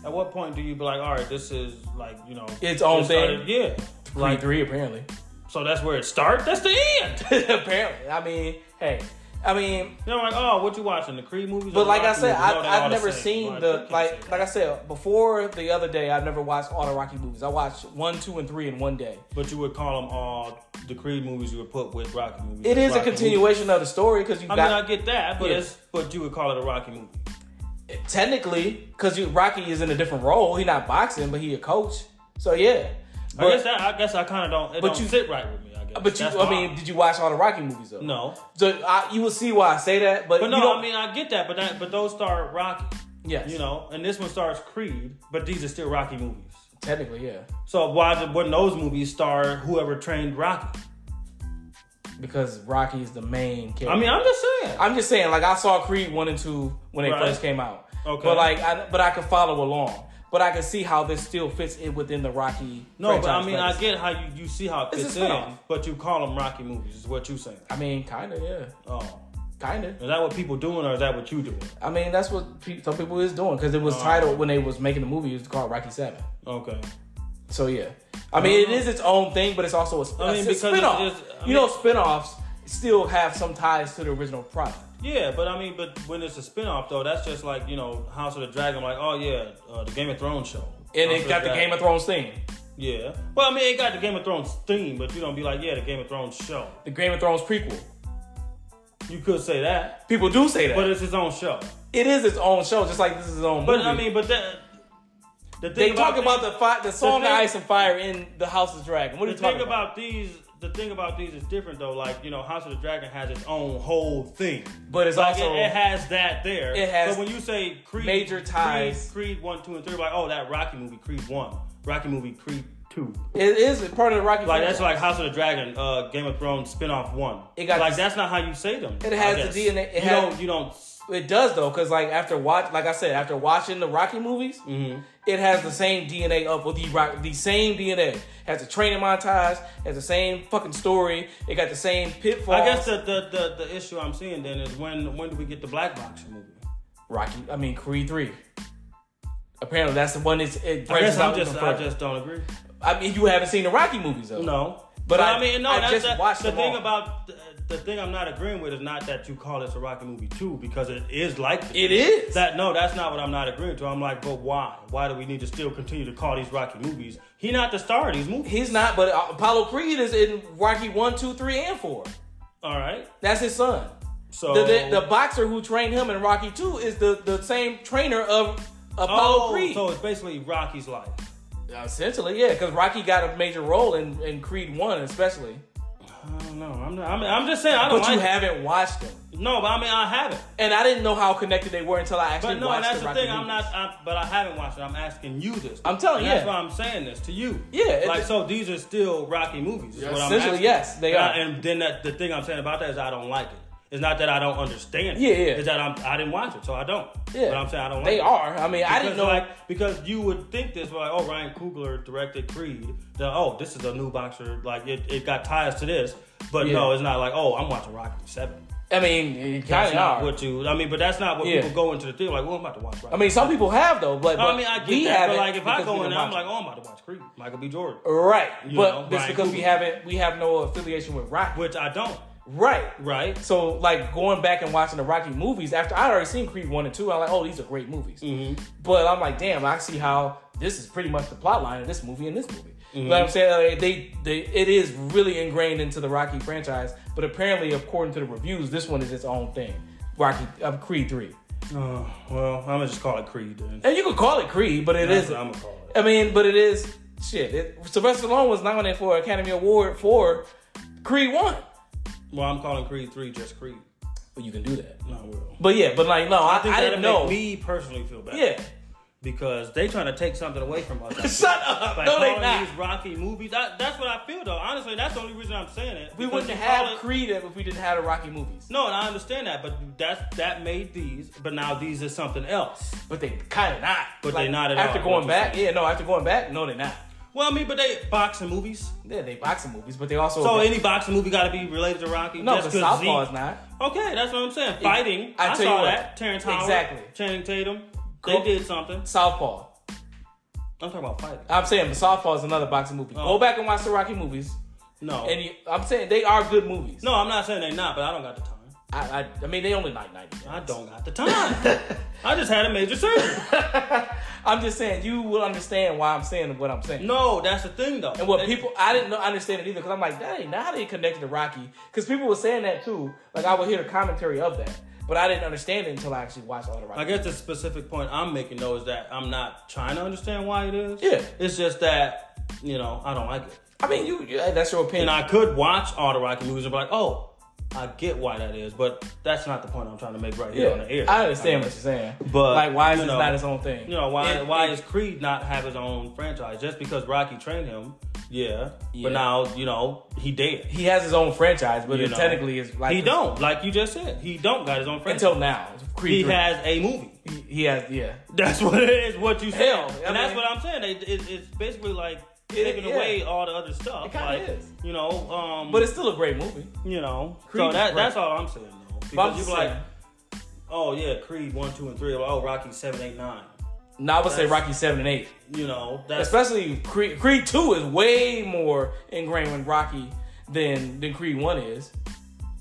Speaker 2: at what point do you be like, all right, this is like, you know,
Speaker 1: Its own
Speaker 2: this
Speaker 1: thing.
Speaker 2: started- yeah.
Speaker 1: Creed
Speaker 2: Like,
Speaker 1: 3 apparently.
Speaker 2: so that's where it starts. That's the end.
Speaker 1: apparently. I mean, hey. I mean,
Speaker 2: You know, like, oh, what you watching? The Creed movies? or
Speaker 1: But
Speaker 2: the
Speaker 1: like I
Speaker 2: Rocky
Speaker 1: said,
Speaker 2: movies? No, they
Speaker 1: I,
Speaker 2: all
Speaker 1: I've
Speaker 2: the
Speaker 1: never
Speaker 2: same.
Speaker 1: seen
Speaker 2: Like, you
Speaker 1: the
Speaker 2: can't say
Speaker 1: like
Speaker 2: that.
Speaker 1: like I said before the other day. I've never watched all the Rocky movies. I watched one, two, and three in one day.
Speaker 2: But you would call them all the Creed movies you would put with Rocky movies.
Speaker 1: It is a
Speaker 2: Rocky
Speaker 1: continuation of the story because you
Speaker 2: movies. I
Speaker 1: got
Speaker 2: mean, I get that, but
Speaker 1: Yeah.
Speaker 2: it's but you would call it a Rocky movie.
Speaker 1: technically because Rocky is in a different role. He not boxing, but he a coach. So yeah,
Speaker 2: I
Speaker 1: but
Speaker 2: guess that, I guess I kind of don't. It
Speaker 1: but
Speaker 2: don't
Speaker 1: you-
Speaker 2: sit right with me. I guess.
Speaker 1: but you,
Speaker 2: That's
Speaker 1: I
Speaker 2: why.
Speaker 1: mean, did you watch all the Rocky movies though?
Speaker 2: no.
Speaker 1: So I, you will see why I say that. But,
Speaker 2: But
Speaker 1: you
Speaker 2: no,
Speaker 1: don't,
Speaker 2: I mean, I get that, but that but those start Rocky.
Speaker 1: yes,
Speaker 2: You know, and this one stars Creed, but these are still Rocky movies.
Speaker 1: technically, yeah,
Speaker 2: So why did wouldn't those movies star whoever trained Rocky?
Speaker 1: because Rocky is the main character.
Speaker 2: I mean, I'm just saying.
Speaker 1: I'm just saying, like I saw Creed one and two when they
Speaker 2: Right.
Speaker 1: first came out.
Speaker 2: Okay.
Speaker 1: But like, I, but I could follow along. But I can see how this still fits in within the Rocky.
Speaker 2: No, but I
Speaker 1: franchise
Speaker 2: mean, I
Speaker 1: legacy.
Speaker 2: get how you, you see how it
Speaker 1: It's a
Speaker 2: fits in,
Speaker 1: spinoff.
Speaker 2: but you call them Rocky movies, is what you saying.
Speaker 1: I mean, kind of, yeah,
Speaker 2: Oh,
Speaker 1: kind of.
Speaker 2: is that what people doing, or is that what you doing?
Speaker 1: I mean, that's what pe- some people is doing because it was
Speaker 2: Oh.
Speaker 1: titled when they was making the movie. It was called Rocky Seven.
Speaker 2: Okay,
Speaker 1: So yeah, I mean, it
Speaker 2: Oh.
Speaker 1: is its own thing, but it's also a, sp-
Speaker 2: I mean,
Speaker 1: a
Speaker 2: because it's-
Speaker 1: spinoff.
Speaker 2: it's- I
Speaker 1: you
Speaker 2: mean-
Speaker 1: know, spinoffs still have some ties to the original product.
Speaker 2: yeah, but I mean, but when it's a spinoff though, that's just like you know House of the Dragon, like oh yeah, uh, the Game of Thrones show,
Speaker 1: And
Speaker 2: House
Speaker 1: it got the Game of Thrones thing.
Speaker 2: Dragon. yeah. Well, I mean, it got the Game of Thrones theme, but you don't be like yeah, the Game of Thrones show.
Speaker 1: The Game of Thrones prequel.
Speaker 2: You could say that,
Speaker 1: People do say that.
Speaker 2: but it's his own show.
Speaker 1: it is its own show, just like this is its own
Speaker 2: But
Speaker 1: movie.
Speaker 2: I mean, but that the thing
Speaker 1: They
Speaker 2: about
Speaker 1: talk about the fi- the song
Speaker 2: thing-
Speaker 1: of Ice and Fire in the House of Dragon. What are
Speaker 2: the
Speaker 1: you talking
Speaker 2: thing
Speaker 1: about?
Speaker 2: about these. The thing about these is different though. Like you know, House of the Dragon has its own whole thing.
Speaker 1: But it's
Speaker 2: Like,
Speaker 1: also
Speaker 2: it, it has that there.
Speaker 1: it has
Speaker 2: But when you say Creed,
Speaker 1: major
Speaker 2: Creed-
Speaker 1: ties.
Speaker 2: Creed, one, two, and three, like oh, that Rocky movie, Creed one, Rocky movie, Creed two.
Speaker 1: it is part of the Rocky.
Speaker 2: Like that's
Speaker 1: franchise.
Speaker 2: like House of the Dragon, uh, Game of Thrones spinoff one.
Speaker 1: It got
Speaker 2: like
Speaker 1: this-
Speaker 2: that's not how you say them.
Speaker 1: It
Speaker 2: I
Speaker 1: has the
Speaker 2: guess.
Speaker 1: DNA it
Speaker 2: you
Speaker 1: has-
Speaker 2: don't. You don't.
Speaker 1: it does though, because like after watch, like I said, after watching the Rocky movies,
Speaker 2: Mm-hmm.
Speaker 1: it has the same DNA of well, the Rock, the same DNA has the training montage, has the same fucking story. It got the same pitfalls.
Speaker 2: I guess the, the the the issue I'm seeing then is when when do we get the black boxer movie?
Speaker 1: Rocky, I mean Creed three. Apparently, that's the one that's it
Speaker 2: I
Speaker 1: branches
Speaker 2: guess
Speaker 1: out.
Speaker 2: I'm just
Speaker 1: even
Speaker 2: I
Speaker 1: further.
Speaker 2: just don't agree.
Speaker 1: I mean, you haven't seen the Rocky movies though.
Speaker 2: No.
Speaker 1: But
Speaker 2: But, I,
Speaker 1: I-
Speaker 2: mean, no,
Speaker 1: I
Speaker 2: that's
Speaker 1: just
Speaker 2: that-
Speaker 1: watched
Speaker 2: the
Speaker 1: them
Speaker 2: thing
Speaker 1: all.
Speaker 2: about the, the thing I'm not agreeing with is not that you call this a Rocky movie too, because it is like this.
Speaker 1: It is.
Speaker 2: that. No, that's not what I'm not agreeing to. I'm like, but why? Why do we need to still continue to call these Rocky movies? He not the star of these movies.
Speaker 1: He's not, but uh, Apollo Creed is in Rocky one, two, three, and four.
Speaker 2: All right,
Speaker 1: That's his son.
Speaker 2: so
Speaker 1: The, the, the
Speaker 2: Oh.
Speaker 1: boxer who trained him in Rocky 2 is the, the same trainer of Apollo
Speaker 2: oh,
Speaker 1: Creed.
Speaker 2: so it's basically Rocky's life.
Speaker 1: Essentially, yeah, because Rocky got a major role in, in Creed 1, especially.
Speaker 2: I don't know. I'm not, I mean, I'm just saying I don't
Speaker 1: But
Speaker 2: like
Speaker 1: you haven't watched them.
Speaker 2: it. No, but I mean I haven't.
Speaker 1: And I didn't know how connected they were until I actually
Speaker 2: But no,
Speaker 1: watched
Speaker 2: that's
Speaker 1: the
Speaker 2: the
Speaker 1: Rocky
Speaker 2: thing. I'm
Speaker 1: movies.
Speaker 2: not. I, but I haven't watched it. I'm asking you this.
Speaker 1: I'm telling you,
Speaker 2: And That's
Speaker 1: yeah.
Speaker 2: why I'm saying this to you.
Speaker 1: Yeah, it-
Speaker 2: Like so, these are still Rocky movies. Is
Speaker 1: Yeah,
Speaker 2: what I'm
Speaker 1: essentially,
Speaker 2: asking.
Speaker 1: yes, they
Speaker 2: and
Speaker 1: are.
Speaker 2: I- and then that, the thing I'm saying about that is I don't like it. It's not that I don't understand. it.
Speaker 1: Yeah, yeah.
Speaker 2: It's that I'm, I didn't watch it, so I don't.
Speaker 1: Yeah.
Speaker 2: But I'm saying I don't. Like
Speaker 1: They
Speaker 2: it.
Speaker 1: are. I mean, I didn't know.
Speaker 2: Because, like because you would think this like oh Ryan Coogler directed Creed then oh this is a new boxer like it, it got ties to this but
Speaker 1: Yeah.
Speaker 2: no it's not like oh I'm watching Rocky Seven
Speaker 1: I mean, you
Speaker 2: that's
Speaker 1: kind of
Speaker 2: not
Speaker 1: are.
Speaker 2: what you I mean but that's not what
Speaker 1: Yeah.
Speaker 2: people go into the theater like well I'm about to watch Rocky
Speaker 1: I mean, some people have though, but,
Speaker 2: No,
Speaker 1: but
Speaker 2: I mean I get
Speaker 1: we
Speaker 2: that but
Speaker 1: haven't
Speaker 2: like if I
Speaker 1: because we
Speaker 2: go in
Speaker 1: didn't
Speaker 2: there I'm
Speaker 1: watch
Speaker 2: like oh I'm about to watch Creed Michael B Jordan
Speaker 1: them. right,
Speaker 2: you
Speaker 1: but
Speaker 2: know,
Speaker 1: this
Speaker 2: Ryan
Speaker 1: because we
Speaker 2: Coogler.
Speaker 1: haven't we have no affiliation with Rocky,
Speaker 2: which I don't
Speaker 1: right?
Speaker 2: right
Speaker 1: So like going back and watching the Rocky movies after I'd already seen Creed one and two, I'm like, oh, these are great movies. But I'm like, damn, I see how this is pretty much the plot line of this movie and this movie. You know what I'm saying? Like, they, they it is really ingrained into the Rocky franchise. But apparently, according to the reviews, this one is its own thing. Rocky uh, Creed three,
Speaker 2: oh well I'm gonna just call it Creed then
Speaker 1: and you could call it Creed, but it
Speaker 2: That's
Speaker 1: is.
Speaker 2: what I'm gonna call it
Speaker 1: I mean, but it is shit. It, Sylvester Stallone was nominated for an Academy Award for Creed one.
Speaker 2: well I'm calling Creed Three just Creed
Speaker 1: But you can do that.
Speaker 2: no well.
Speaker 1: But yeah, but like no, I,
Speaker 2: think
Speaker 1: I didn't
Speaker 2: that'll
Speaker 1: know.
Speaker 2: make me personally feel better
Speaker 1: yeah.
Speaker 2: because they trying to take something away from us. I feel.
Speaker 1: Shut up.
Speaker 2: By
Speaker 1: no, they
Speaker 2: calling
Speaker 1: not.
Speaker 2: these Rocky movies. That, that's what I feel though. Honestly, that's the only reason I'm saying it.
Speaker 1: We
Speaker 2: Because
Speaker 1: wouldn't
Speaker 2: you call
Speaker 1: have
Speaker 2: it-
Speaker 1: Creed if we didn't have the Rocky movies.
Speaker 2: No, and I understand that, but that's that made these, but now these is something else.
Speaker 1: But they kind of not.
Speaker 2: But they not at
Speaker 1: after
Speaker 2: all,
Speaker 1: going
Speaker 2: what you're
Speaker 1: back. Yeah, no, after going back, no, they not.
Speaker 2: Well, I mean, but they boxing movies.
Speaker 1: Yeah, they boxing movies, but they also
Speaker 2: So any boxing movie got to be related to Rocky.
Speaker 1: no,
Speaker 2: just
Speaker 1: but
Speaker 2: 'cause
Speaker 1: Southpaw
Speaker 2: Zeke-
Speaker 1: is not.
Speaker 2: Okay, that's what I'm saying. Fighting.
Speaker 1: I
Speaker 2: I,
Speaker 1: tell you
Speaker 2: saw
Speaker 1: what.
Speaker 2: that. Terrence Howard.
Speaker 1: Exactly.
Speaker 2: Channing Tatum.
Speaker 1: Go-
Speaker 2: They did something.
Speaker 1: Southpaw.
Speaker 2: I'm talking about fighting.
Speaker 1: I'm saying, but Southpaw is another boxing movie.
Speaker 2: Oh.
Speaker 1: Go back and watch the Rocky movies,
Speaker 2: No.
Speaker 1: and you, I'm saying they are good movies.
Speaker 2: no, I'm not saying they not, but I don't got the time.
Speaker 1: I, I, I mean they only like ninety.
Speaker 2: I don't got the time. I just had a major surgery.
Speaker 1: I'm just saying you will understand why I'm saying what I'm saying.
Speaker 2: No, that's the thing though.
Speaker 1: And what
Speaker 2: They-
Speaker 1: people, I didn't know, understand it either because I'm like, that ain't how they connected to Rocky. Because people were saying that too. Like I would hear the commentary of that, but I didn't understand it until I actually watched all the Rocky.
Speaker 2: I guess the specific point I'm making though is that I'm not trying to understand why it is.
Speaker 1: Yeah.
Speaker 2: It's just that, you know, I don't like it.
Speaker 1: I mean, you, you that's your opinion.
Speaker 2: And I could watch all the Rocky movies and be like, oh, I get why that is, but that's not the point I'm trying to make right here on the air.
Speaker 1: I understand what you're saying,
Speaker 2: But,
Speaker 1: like, why is
Speaker 2: you
Speaker 1: this
Speaker 2: know,
Speaker 1: not its own thing?
Speaker 2: You know, why
Speaker 1: It-
Speaker 2: why
Speaker 1: it-
Speaker 2: is Creed not have his own franchise? Just because Rocky trained him, yeah.
Speaker 1: Yeah.
Speaker 2: But now, you know, he dead.
Speaker 1: he has his own franchise, but
Speaker 2: you
Speaker 1: it
Speaker 2: know.
Speaker 1: technically is like
Speaker 2: He don't, like you just said. He don't got his own franchise.
Speaker 1: until now. Creed
Speaker 2: he
Speaker 1: three.
Speaker 2: has a movie.
Speaker 1: he, he has, yeah.
Speaker 2: That's what it is. What you said,
Speaker 1: Hell, I
Speaker 2: and
Speaker 1: mean-
Speaker 2: that's what I'm saying. It, it, it's basically like taking
Speaker 1: yeah.
Speaker 2: away all the other stuff.
Speaker 1: It kinda
Speaker 2: like,
Speaker 1: is.
Speaker 2: You know, um,
Speaker 1: But it's still a great movie.
Speaker 2: you know,
Speaker 1: Creed
Speaker 2: so
Speaker 1: is
Speaker 2: that,
Speaker 1: great.
Speaker 2: that's all I'm saying though.
Speaker 1: But I'm
Speaker 2: Because
Speaker 1: just
Speaker 2: you're like,
Speaker 1: saying,
Speaker 2: oh yeah, Creed one, two, and three. Or, oh, Rocky seven, eight, nine.
Speaker 1: now I would say
Speaker 2: that's-
Speaker 1: Rocky seven and eight.
Speaker 2: You know, that's
Speaker 1: especially Creed, Creed Two is way more ingrained with Rocky than than Creed One is.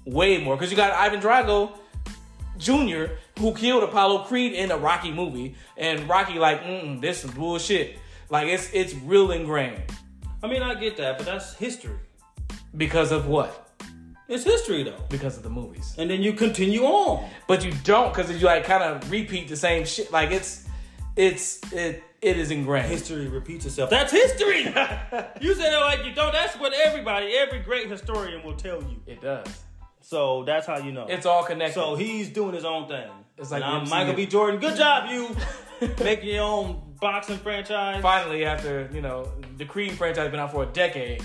Speaker 1: Way more because you got Ivan Drago Jr. who killed Apollo Creed in a Rocky movie, and Rocky like, mm this is bullshit. Like it's it's real ingrained
Speaker 2: I mean, I get that, but that's history.
Speaker 1: because of what?
Speaker 2: It's history though.
Speaker 1: Because of the movies.
Speaker 2: And then you continue on.
Speaker 1: but you don't because you like kind of repeat the same shit. Like it's it's it it is ingrained.
Speaker 2: History repeats itself. That's history. you said it like you don't. That's what everybody, every great historian will tell you.
Speaker 1: It does.
Speaker 2: So that's how you know.
Speaker 1: It's all connected.
Speaker 2: So he's doing his own thing.
Speaker 1: It's like
Speaker 2: And I'm
Speaker 1: the MCU.
Speaker 2: Michael B. Jordan. Good job, you making your own boxing franchise.
Speaker 1: finally, after you know the Creed franchise been out for a decade,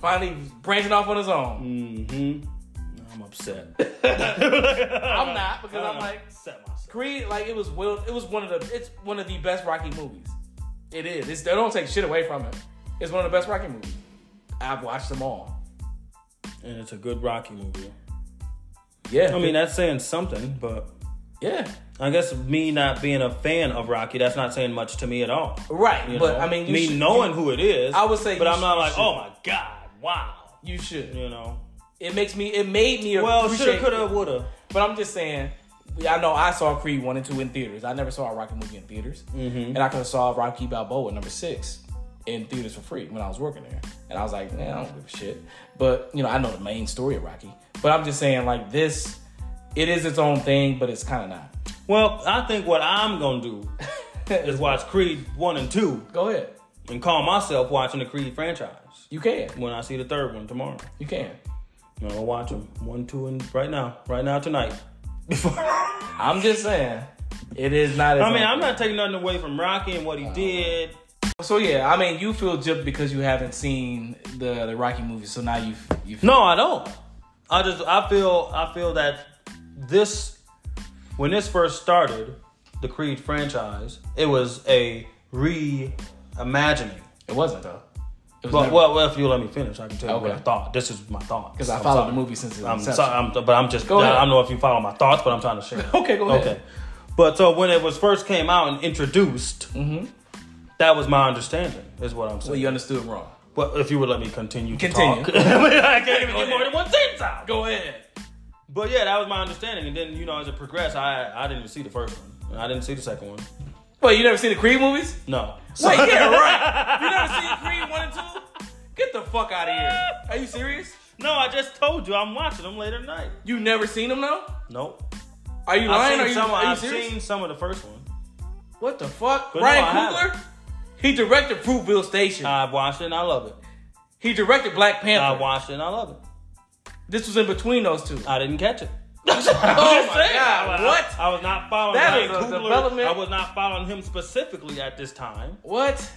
Speaker 1: finally branching off on his own.
Speaker 2: Mm-hmm. I'm upset. Uh,
Speaker 1: I'm not because I'm like
Speaker 2: upset myself.
Speaker 1: Creed. Like it was well, it was one of the it's one of the best Rocky movies. It is. It's, they don't take shit away from it. It's one of the best Rocky movies. I've watched them all.
Speaker 2: And it's a good Rocky movie.
Speaker 1: Yeah,
Speaker 2: I mean, that's saying something, but
Speaker 1: yeah,
Speaker 2: I guess me not being a fan of Rocky, that's not saying much to me at all.
Speaker 1: right.
Speaker 2: you
Speaker 1: but
Speaker 2: know?
Speaker 1: I mean, you
Speaker 2: me
Speaker 1: should,
Speaker 2: knowing who it is,
Speaker 1: I would say
Speaker 2: but
Speaker 1: you
Speaker 2: I'm not
Speaker 1: should-
Speaker 2: like,
Speaker 1: you
Speaker 2: oh my god, wow,
Speaker 1: you should.
Speaker 2: you know.
Speaker 1: It makes me. It made me.
Speaker 2: Well, shoulda,
Speaker 1: appreciate-
Speaker 2: coulda, woulda.
Speaker 1: But I'm just saying, I know I saw Creed one and two in theaters. I never saw a Rocky movie in theaters,
Speaker 2: Mm-hmm.
Speaker 1: and I could have saw Rocky Balboa number six in theaters for free when I was working there. And I was like, man, I don't give a shit. But you know, I know the main story of Rocky. But I'm just saying, like this, it is its own thing, but it's kind of not.
Speaker 2: Well, I think what I'm gonna do is watch Creed one and two,
Speaker 1: Go ahead,
Speaker 2: and call myself watching the Creed franchise
Speaker 1: you can,
Speaker 2: when I see the third one tomorrow.
Speaker 1: you can.
Speaker 2: No, go watch them. One, two, and right now, right now tonight. Before. I
Speaker 1: I'm just saying, it is not. As
Speaker 2: mean, I'm
Speaker 1: open.
Speaker 2: not taking nothing away from Rocky and what he did.
Speaker 1: So yeah, I mean, you feel gypped because you haven't seen the the Rocky movie, so now you've you've
Speaker 2: No, I don't. I just I feel I feel that this when this first started, the Creed franchise, it was a reimagining.
Speaker 1: It wasn't though. It was
Speaker 2: But
Speaker 1: never-
Speaker 2: well, well, if you let me finish, I can tell you what I
Speaker 1: Okay.
Speaker 2: thought. This is my thought
Speaker 1: 'Cause I followed the movie since it
Speaker 2: I'm
Speaker 1: was
Speaker 2: sorry, I'm, but I'm just.
Speaker 1: Go ahead.
Speaker 2: I don't know if you follow my thoughts, but I'm trying to share.
Speaker 1: Okay, go ahead.
Speaker 2: Okay, but so when it was first came out and introduced, that was my understanding. Is what I'm saying.
Speaker 1: Mm-hmm. Well, you understood wrong.
Speaker 2: Well, if you would let me continue, to
Speaker 1: Continue.
Speaker 2: talk. I can't even get more than one sentence out.
Speaker 1: Go ahead.
Speaker 2: But yeah, that was my understanding. And then you know, as it progressed, I I didn't even see the first one, and I didn't see the second one.
Speaker 1: Wait, you never seen the Creed movies?
Speaker 2: No. So-
Speaker 1: Wait, yeah, right. You never seen Creed one and two? Get the fuck out of here. Are you serious?
Speaker 2: no, I just told you I'm watching them later tonight.
Speaker 1: You never seen them though?
Speaker 2: Nope.
Speaker 1: Are you
Speaker 2: I've
Speaker 1: lying?
Speaker 2: seen
Speaker 1: Are you,
Speaker 2: some.
Speaker 1: are you
Speaker 2: I've
Speaker 1: serious?
Speaker 2: seen some of the first one.
Speaker 1: What the fuck?
Speaker 2: But no,
Speaker 1: Ryan
Speaker 2: I haven't.
Speaker 1: Coogler? He directed Fruitville Station.
Speaker 2: I've watched it and I love it.
Speaker 1: he directed Black
Speaker 2: I
Speaker 1: Panther.
Speaker 2: watched it and I love it.
Speaker 1: this was in between those two.
Speaker 2: I didn't catch it.
Speaker 1: oh my
Speaker 2: Just saying, I
Speaker 1: god!
Speaker 2: was-
Speaker 1: What?
Speaker 2: I was not following
Speaker 1: That
Speaker 2: Ryan
Speaker 1: is a
Speaker 2: Coogler.
Speaker 1: development.
Speaker 2: I was not following him specifically at this time.
Speaker 1: What?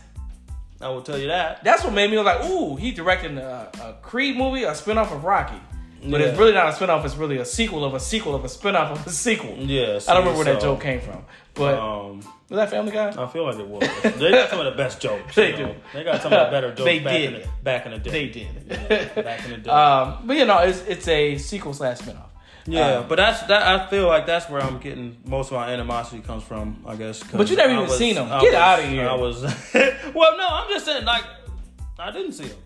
Speaker 2: I will tell you that.
Speaker 1: That's what made me like, ooh, he directing a, a Creed movie, a spinoff of Rocky. But
Speaker 2: Yeah.
Speaker 1: it's really not a spinoff, it's really a sequel of a sequel of a spinoff of a sequel.
Speaker 2: Yeah.
Speaker 1: I don't remember
Speaker 2: see,
Speaker 1: where that
Speaker 2: so,
Speaker 1: joke came from. But
Speaker 2: Um,
Speaker 1: was that Family Guy?
Speaker 2: I feel like it was. They got some of the best jokes.
Speaker 1: They
Speaker 2: you
Speaker 1: do.
Speaker 2: know. They got some of the better jokes
Speaker 1: They
Speaker 2: back,
Speaker 1: did.
Speaker 2: In the, back in the day.
Speaker 1: They did.
Speaker 2: Yeah, back in the day.
Speaker 1: Um, but you know, it's it's a sequel slash spinoff.
Speaker 2: yeah,
Speaker 1: Um,
Speaker 2: but that's that. I feel like that's where I'm getting most of my animosity comes from. I guess. 'cause
Speaker 1: But you never
Speaker 2: I
Speaker 1: even
Speaker 2: was-
Speaker 1: seen 'em.
Speaker 2: I
Speaker 1: Get
Speaker 2: was-
Speaker 1: outta here.
Speaker 2: I was. well, no, I'm just saying. Like, I didn't see them.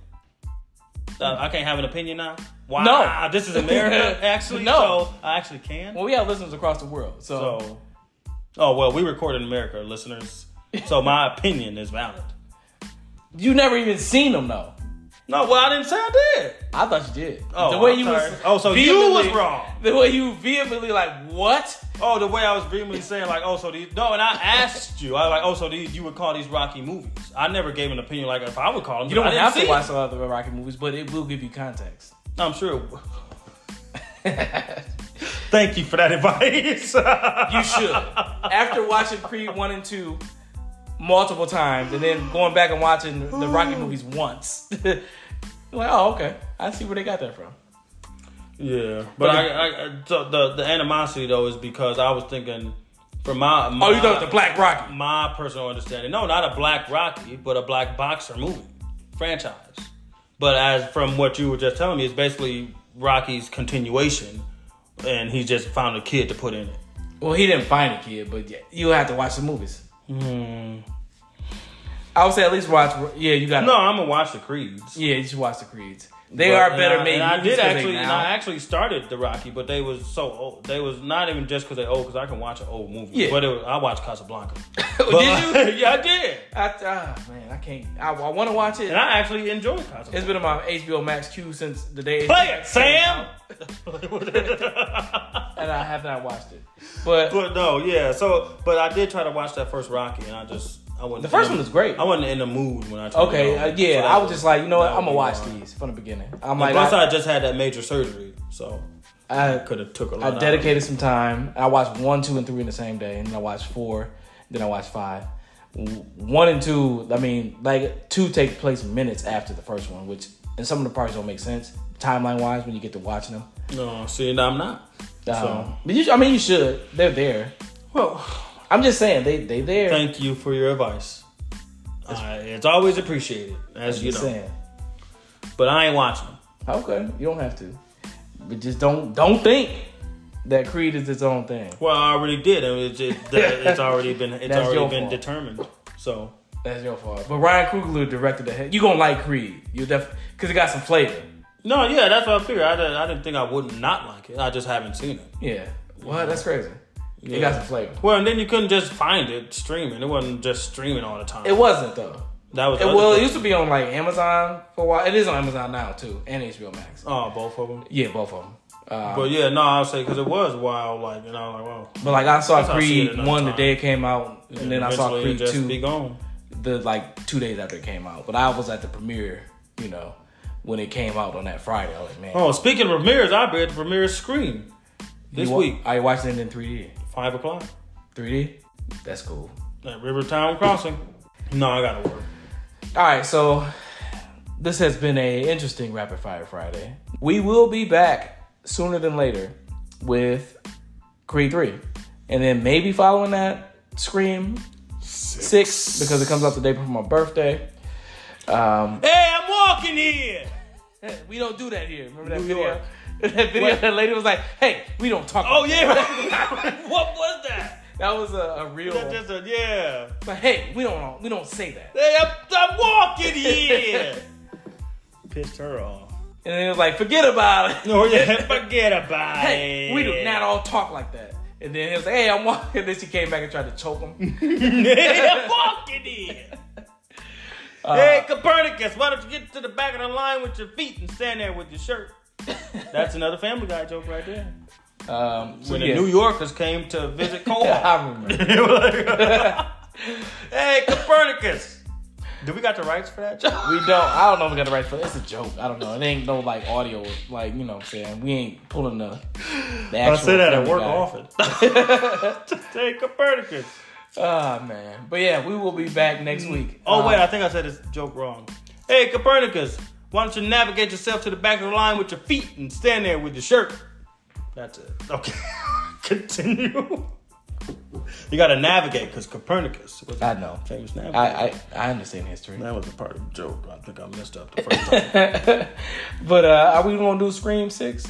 Speaker 2: I can't have an opinion now. Wow,
Speaker 1: No.
Speaker 2: this is America. Actually,
Speaker 1: No.
Speaker 2: so I actually can.
Speaker 1: well, we have listeners across the world, so,
Speaker 2: So, oh well, we record in America, listeners. So my opinion is valid.
Speaker 1: you never even seen them though.
Speaker 2: No, well, I didn't say I did.
Speaker 1: I thought you did.
Speaker 2: Oh,
Speaker 1: the way
Speaker 2: I'm
Speaker 1: you
Speaker 2: sorry.
Speaker 1: was
Speaker 2: Oh, so you
Speaker 1: vehemently-
Speaker 2: was wrong.
Speaker 1: The way you vehemently like what?
Speaker 2: Oh, the way I was vehemently saying like, oh, so these no, and I asked you, I was like, oh, so these you would call these Rocky movies? I never gave an opinion like if I would call them.
Speaker 1: You don't
Speaker 2: I didn't
Speaker 1: have
Speaker 2: see
Speaker 1: to
Speaker 2: it.
Speaker 1: watch a lot of the Rocky movies, but it will give you context.
Speaker 2: I'm sure. it w- Thank you for that advice.
Speaker 1: You should. After watching Creed one and two multiple times, and then going back and watching the Rocky movies once, you're like, oh, okay, I see where they got that from.
Speaker 2: yeah, but I, I, I so the the animosity though is because I was thinking from my, my
Speaker 1: Oh, you thought the Black Rocky?
Speaker 2: my personal understanding. No, not a black Rocky, but a black boxer movie franchise. But as from what you were just telling me, it's basically Rocky's continuation, and he just found a kid to put in it.
Speaker 1: Well, he didn't find a kid, but yeah, you have to watch the movies. Hmm. I would say at least watch. Yeah, you got.
Speaker 2: No, I'm gonna watch the Creeds.
Speaker 1: Yeah, you should watch the Creeds. They
Speaker 2: But-
Speaker 1: are
Speaker 2: and
Speaker 1: better
Speaker 2: I-
Speaker 1: made.
Speaker 2: And I
Speaker 1: movies
Speaker 2: did
Speaker 1: 'cause they
Speaker 2: actually, and
Speaker 1: now-
Speaker 2: I actually started the Rocky, but they was so old. They was not even just because they old, because I can watch an old movie.
Speaker 1: Yeah.
Speaker 2: But it was, I watched Casablanca.
Speaker 1: did you?
Speaker 2: yeah, I did,
Speaker 1: I, ah, man, I can't. I, want to watch
Speaker 2: and
Speaker 1: it.
Speaker 2: I actually enjoyed Casablanca.
Speaker 1: It's been on my HBO Max queue since the day.
Speaker 2: Play it, Sam.
Speaker 1: And I have not watched it. But,
Speaker 2: But no, yeah. So, but I did try to watch that first Rocky, and I just I wasn't.
Speaker 1: the first
Speaker 2: in
Speaker 1: one was great.
Speaker 2: I wasn't in the mood when I. Turned
Speaker 1: Okay,
Speaker 2: it
Speaker 1: uh,
Speaker 2: on.
Speaker 1: yeah,
Speaker 2: So
Speaker 1: I was just like, you know what,
Speaker 2: that
Speaker 1: I'm gonna
Speaker 2: would
Speaker 1: watch
Speaker 2: be why.
Speaker 1: these from the beginning. I'm
Speaker 2: And
Speaker 1: like,
Speaker 2: plus,
Speaker 1: I,
Speaker 2: I, just had that major surgery, so
Speaker 1: I,
Speaker 2: could have took a
Speaker 1: I
Speaker 2: lot.
Speaker 1: dedicated some time. I watched one, two, and three in the same day, and then I watched four, then I watched five. W- One and two, I mean, like two take place minutes after the first one, which in some of the parts don't make sense timeline wise when you get to watching them.
Speaker 2: Out. of it. No, see, now I'm not.
Speaker 1: Um,
Speaker 2: So-
Speaker 1: but you, I mean, you should. They're there.
Speaker 2: Well,
Speaker 1: I'm just saying they they there.
Speaker 2: thank you for your advice. I, it's always appreciated, as you know.
Speaker 1: Just saying.
Speaker 2: But I ain't watching. them.
Speaker 1: Okay, you don't have to, but just don't don't think that Creed is its own thing.
Speaker 2: Well, I already did, and it's it, that- it's already been it's
Speaker 1: That's
Speaker 2: already
Speaker 1: your
Speaker 2: been
Speaker 1: fault.
Speaker 2: determined. So
Speaker 1: That's your fault. But Ryan Coogler directed the head. You gonna like Creed? You def because it got some flavor.
Speaker 2: no, yeah, that's what I figured. I didn't, I didn't think I would not like it. I just haven't seen it.
Speaker 1: Yeah. What? That's crazy. It
Speaker 2: Yeah.
Speaker 1: got some flavor.
Speaker 2: Well, and then you couldn't just find it streaming. It wasn't just streaming all the time.
Speaker 1: It wasn't though.
Speaker 2: that was
Speaker 1: It,
Speaker 2: the other
Speaker 1: well, it
Speaker 2: thing.
Speaker 1: used to be on like Amazon for a while. It is on Amazon now too, and HBO Max.
Speaker 2: oh both of them.
Speaker 1: Yeah, both of them. Uh,
Speaker 2: But yeah, no, I would say because it was wild. Like and I was like, wow.
Speaker 1: but like I saw
Speaker 2: how I see it
Speaker 1: Creed
Speaker 2: another
Speaker 1: one the
Speaker 2: time.
Speaker 1: day it came out, and then I saw
Speaker 2: Eventually it'd
Speaker 1: Creed
Speaker 2: just Be
Speaker 1: two
Speaker 2: gone.
Speaker 1: the like two days after it came out. But I was at the premiere, you know. when it came out on that Friday. I was like, man,
Speaker 2: Oh, speaking of Ramirez, I'll be at the Ramirez screen this
Speaker 1: you wa-
Speaker 2: week,
Speaker 1: I watched it in 3D.
Speaker 2: five o'clock
Speaker 1: 3D? That's cool.
Speaker 2: at Rivertown Crossing. No, I gotta work.
Speaker 1: All right, so this has been a interesting rapid fire Friday. We will be back sooner than later with Creed 3. And then maybe following that Scream 6, because it comes out the day before my birthday. Um,
Speaker 2: Hey, I'm walking here.
Speaker 1: we don't do that here. Remember that
Speaker 2: New
Speaker 1: video?
Speaker 2: York.
Speaker 1: that video that lady was like, "Hey, we don't talk."
Speaker 2: Oh
Speaker 1: about
Speaker 2: yeah, what was that?
Speaker 1: that." that was a, a real.
Speaker 2: That just a yeah.
Speaker 1: But hey, we don't we don't say that.
Speaker 2: Hey, I'm, I'm walking here. Pissed her off.
Speaker 1: And then it was like, "Forget about it."
Speaker 2: No, yeah, forget about
Speaker 1: hey,
Speaker 2: it.
Speaker 1: we do not all talk like that. And then he was like, hey, I'm walking. And then she came back and tried to choke him.
Speaker 2: Hey, I'm walking here.
Speaker 1: Uh,
Speaker 2: hey, Copernicus, why don't you get to the back of the line with your feet and stand there with your shirt? That's another Family Guy joke right there.
Speaker 1: Um, so
Speaker 2: When
Speaker 1: yeah.
Speaker 2: the New Yorkers came to visit Co-op.
Speaker 1: I remember.
Speaker 2: They were like, hey, Copernicus. Do we got the rights for that joke?
Speaker 1: We don't. I don't know if we got the right for It's a joke. I don't know. It ain't no like audio. Like you know what I'm saying. We ain't pulling the. the
Speaker 2: I
Speaker 1: actual
Speaker 2: say that at
Speaker 1: Family
Speaker 2: work
Speaker 1: Guy.
Speaker 2: often. hey, Copernicus.
Speaker 1: Ah man. But yeah, we will be back next week.
Speaker 2: Oh,
Speaker 1: Um,
Speaker 2: wait, I think I said this joke wrong. Hey, Copernicus, why don't you navigate yourself to the back of the line with your feet and stand there with your shirt? That's it. Okay. Continue. You gotta navigate because Copernicus was a
Speaker 1: I know.
Speaker 2: famous navigator.
Speaker 1: I, I I understand history.
Speaker 2: that was a part of the joke. I think I messed up the first time.
Speaker 1: But uh, are we gonna do Scream Six?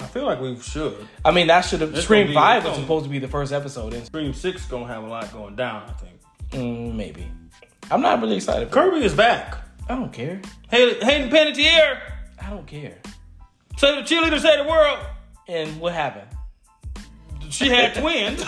Speaker 2: I feel like we should.
Speaker 1: I mean, that should have
Speaker 2: It's
Speaker 1: Scream
Speaker 2: gonna be-
Speaker 1: Five
Speaker 2: it's
Speaker 1: was
Speaker 2: gonna-
Speaker 1: supposed to be the first episode, and
Speaker 2: Scream 6 gonna have a lot going down, I think.
Speaker 1: mm, maybe. I'm not really excited. For it.
Speaker 2: Kirby is back.
Speaker 1: I don't care.
Speaker 2: Hay- Hayden Panettiere,
Speaker 1: I don't care.
Speaker 2: say the cheerleader, say the world.
Speaker 1: And what happened?
Speaker 2: She had twins.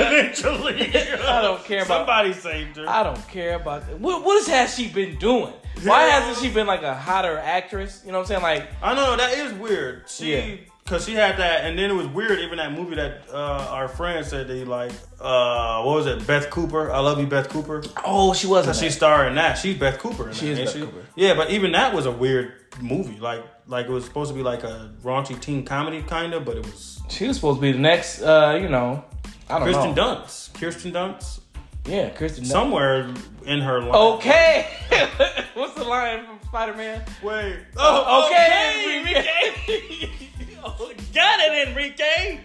Speaker 2: Eventually.
Speaker 1: I don't care about-
Speaker 2: Somebody saved her.
Speaker 1: I don't care about what. What has- has she been doing? Why hasn't she been like a hotter actress? You know what I'm saying? Like,
Speaker 2: I know that is weird. She
Speaker 1: Yeah.
Speaker 2: cause she had that and then it was weird even that movie that uh, our friend said they like uh what was it, Beth Cooper? I love you, Beth Cooper.
Speaker 1: oh, she wasn't.
Speaker 2: She's starring that. She's Beth Cooper. In
Speaker 1: She
Speaker 2: that,
Speaker 1: is
Speaker 2: ain't
Speaker 1: Beth Cooper.
Speaker 2: Yeah, but even that was a weird movie. Like like it was supposed to be like a raunchy teen comedy kinda, but it was
Speaker 1: that. she was supposed to be the next. uh, You know, I don't
Speaker 2: Kristen
Speaker 1: know.
Speaker 2: Dunst. Kirsten Dunst.
Speaker 1: Yeah, Kristen. Dunst.
Speaker 2: Somewhere in her life.
Speaker 1: Okay. What's the line from Spider Man?
Speaker 2: Wait.
Speaker 1: Oh,
Speaker 2: Oh,
Speaker 1: okay,
Speaker 2: okay, Enrique. Oh, Got it, Enrique.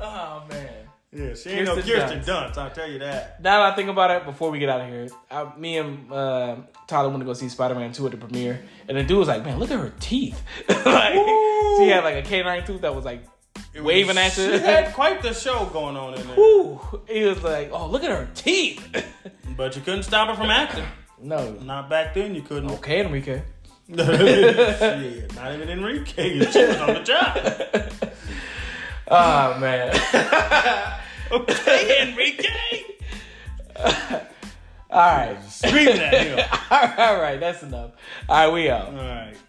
Speaker 1: Oh man.
Speaker 2: Yeah, she ain't no
Speaker 1: Kirsten
Speaker 2: Kirsten Dunst. I'll tell you that.
Speaker 1: Now that I think about it, before we get out of here, I, me and uh, Tyler went to go see Spider Man 2 at the premiere. And the dude was like, man, look at her teeth. like, she had like a canine tooth that was like waving at
Speaker 2: She
Speaker 1: you.
Speaker 2: had quite the show going on in there,
Speaker 1: Woo. He was like, oh, look at her teeth.
Speaker 2: but you couldn't stop her from acting.
Speaker 1: no.
Speaker 2: Not back then, you couldn't.
Speaker 1: Okay, Enrique.
Speaker 2: Shit, not even Enrique. She was on the job.
Speaker 1: Oh, man.
Speaker 2: Okay, Enrique.
Speaker 1: All right.
Speaker 2: Screaming at him.
Speaker 1: All right. That's enough. All right, we out.
Speaker 2: All right.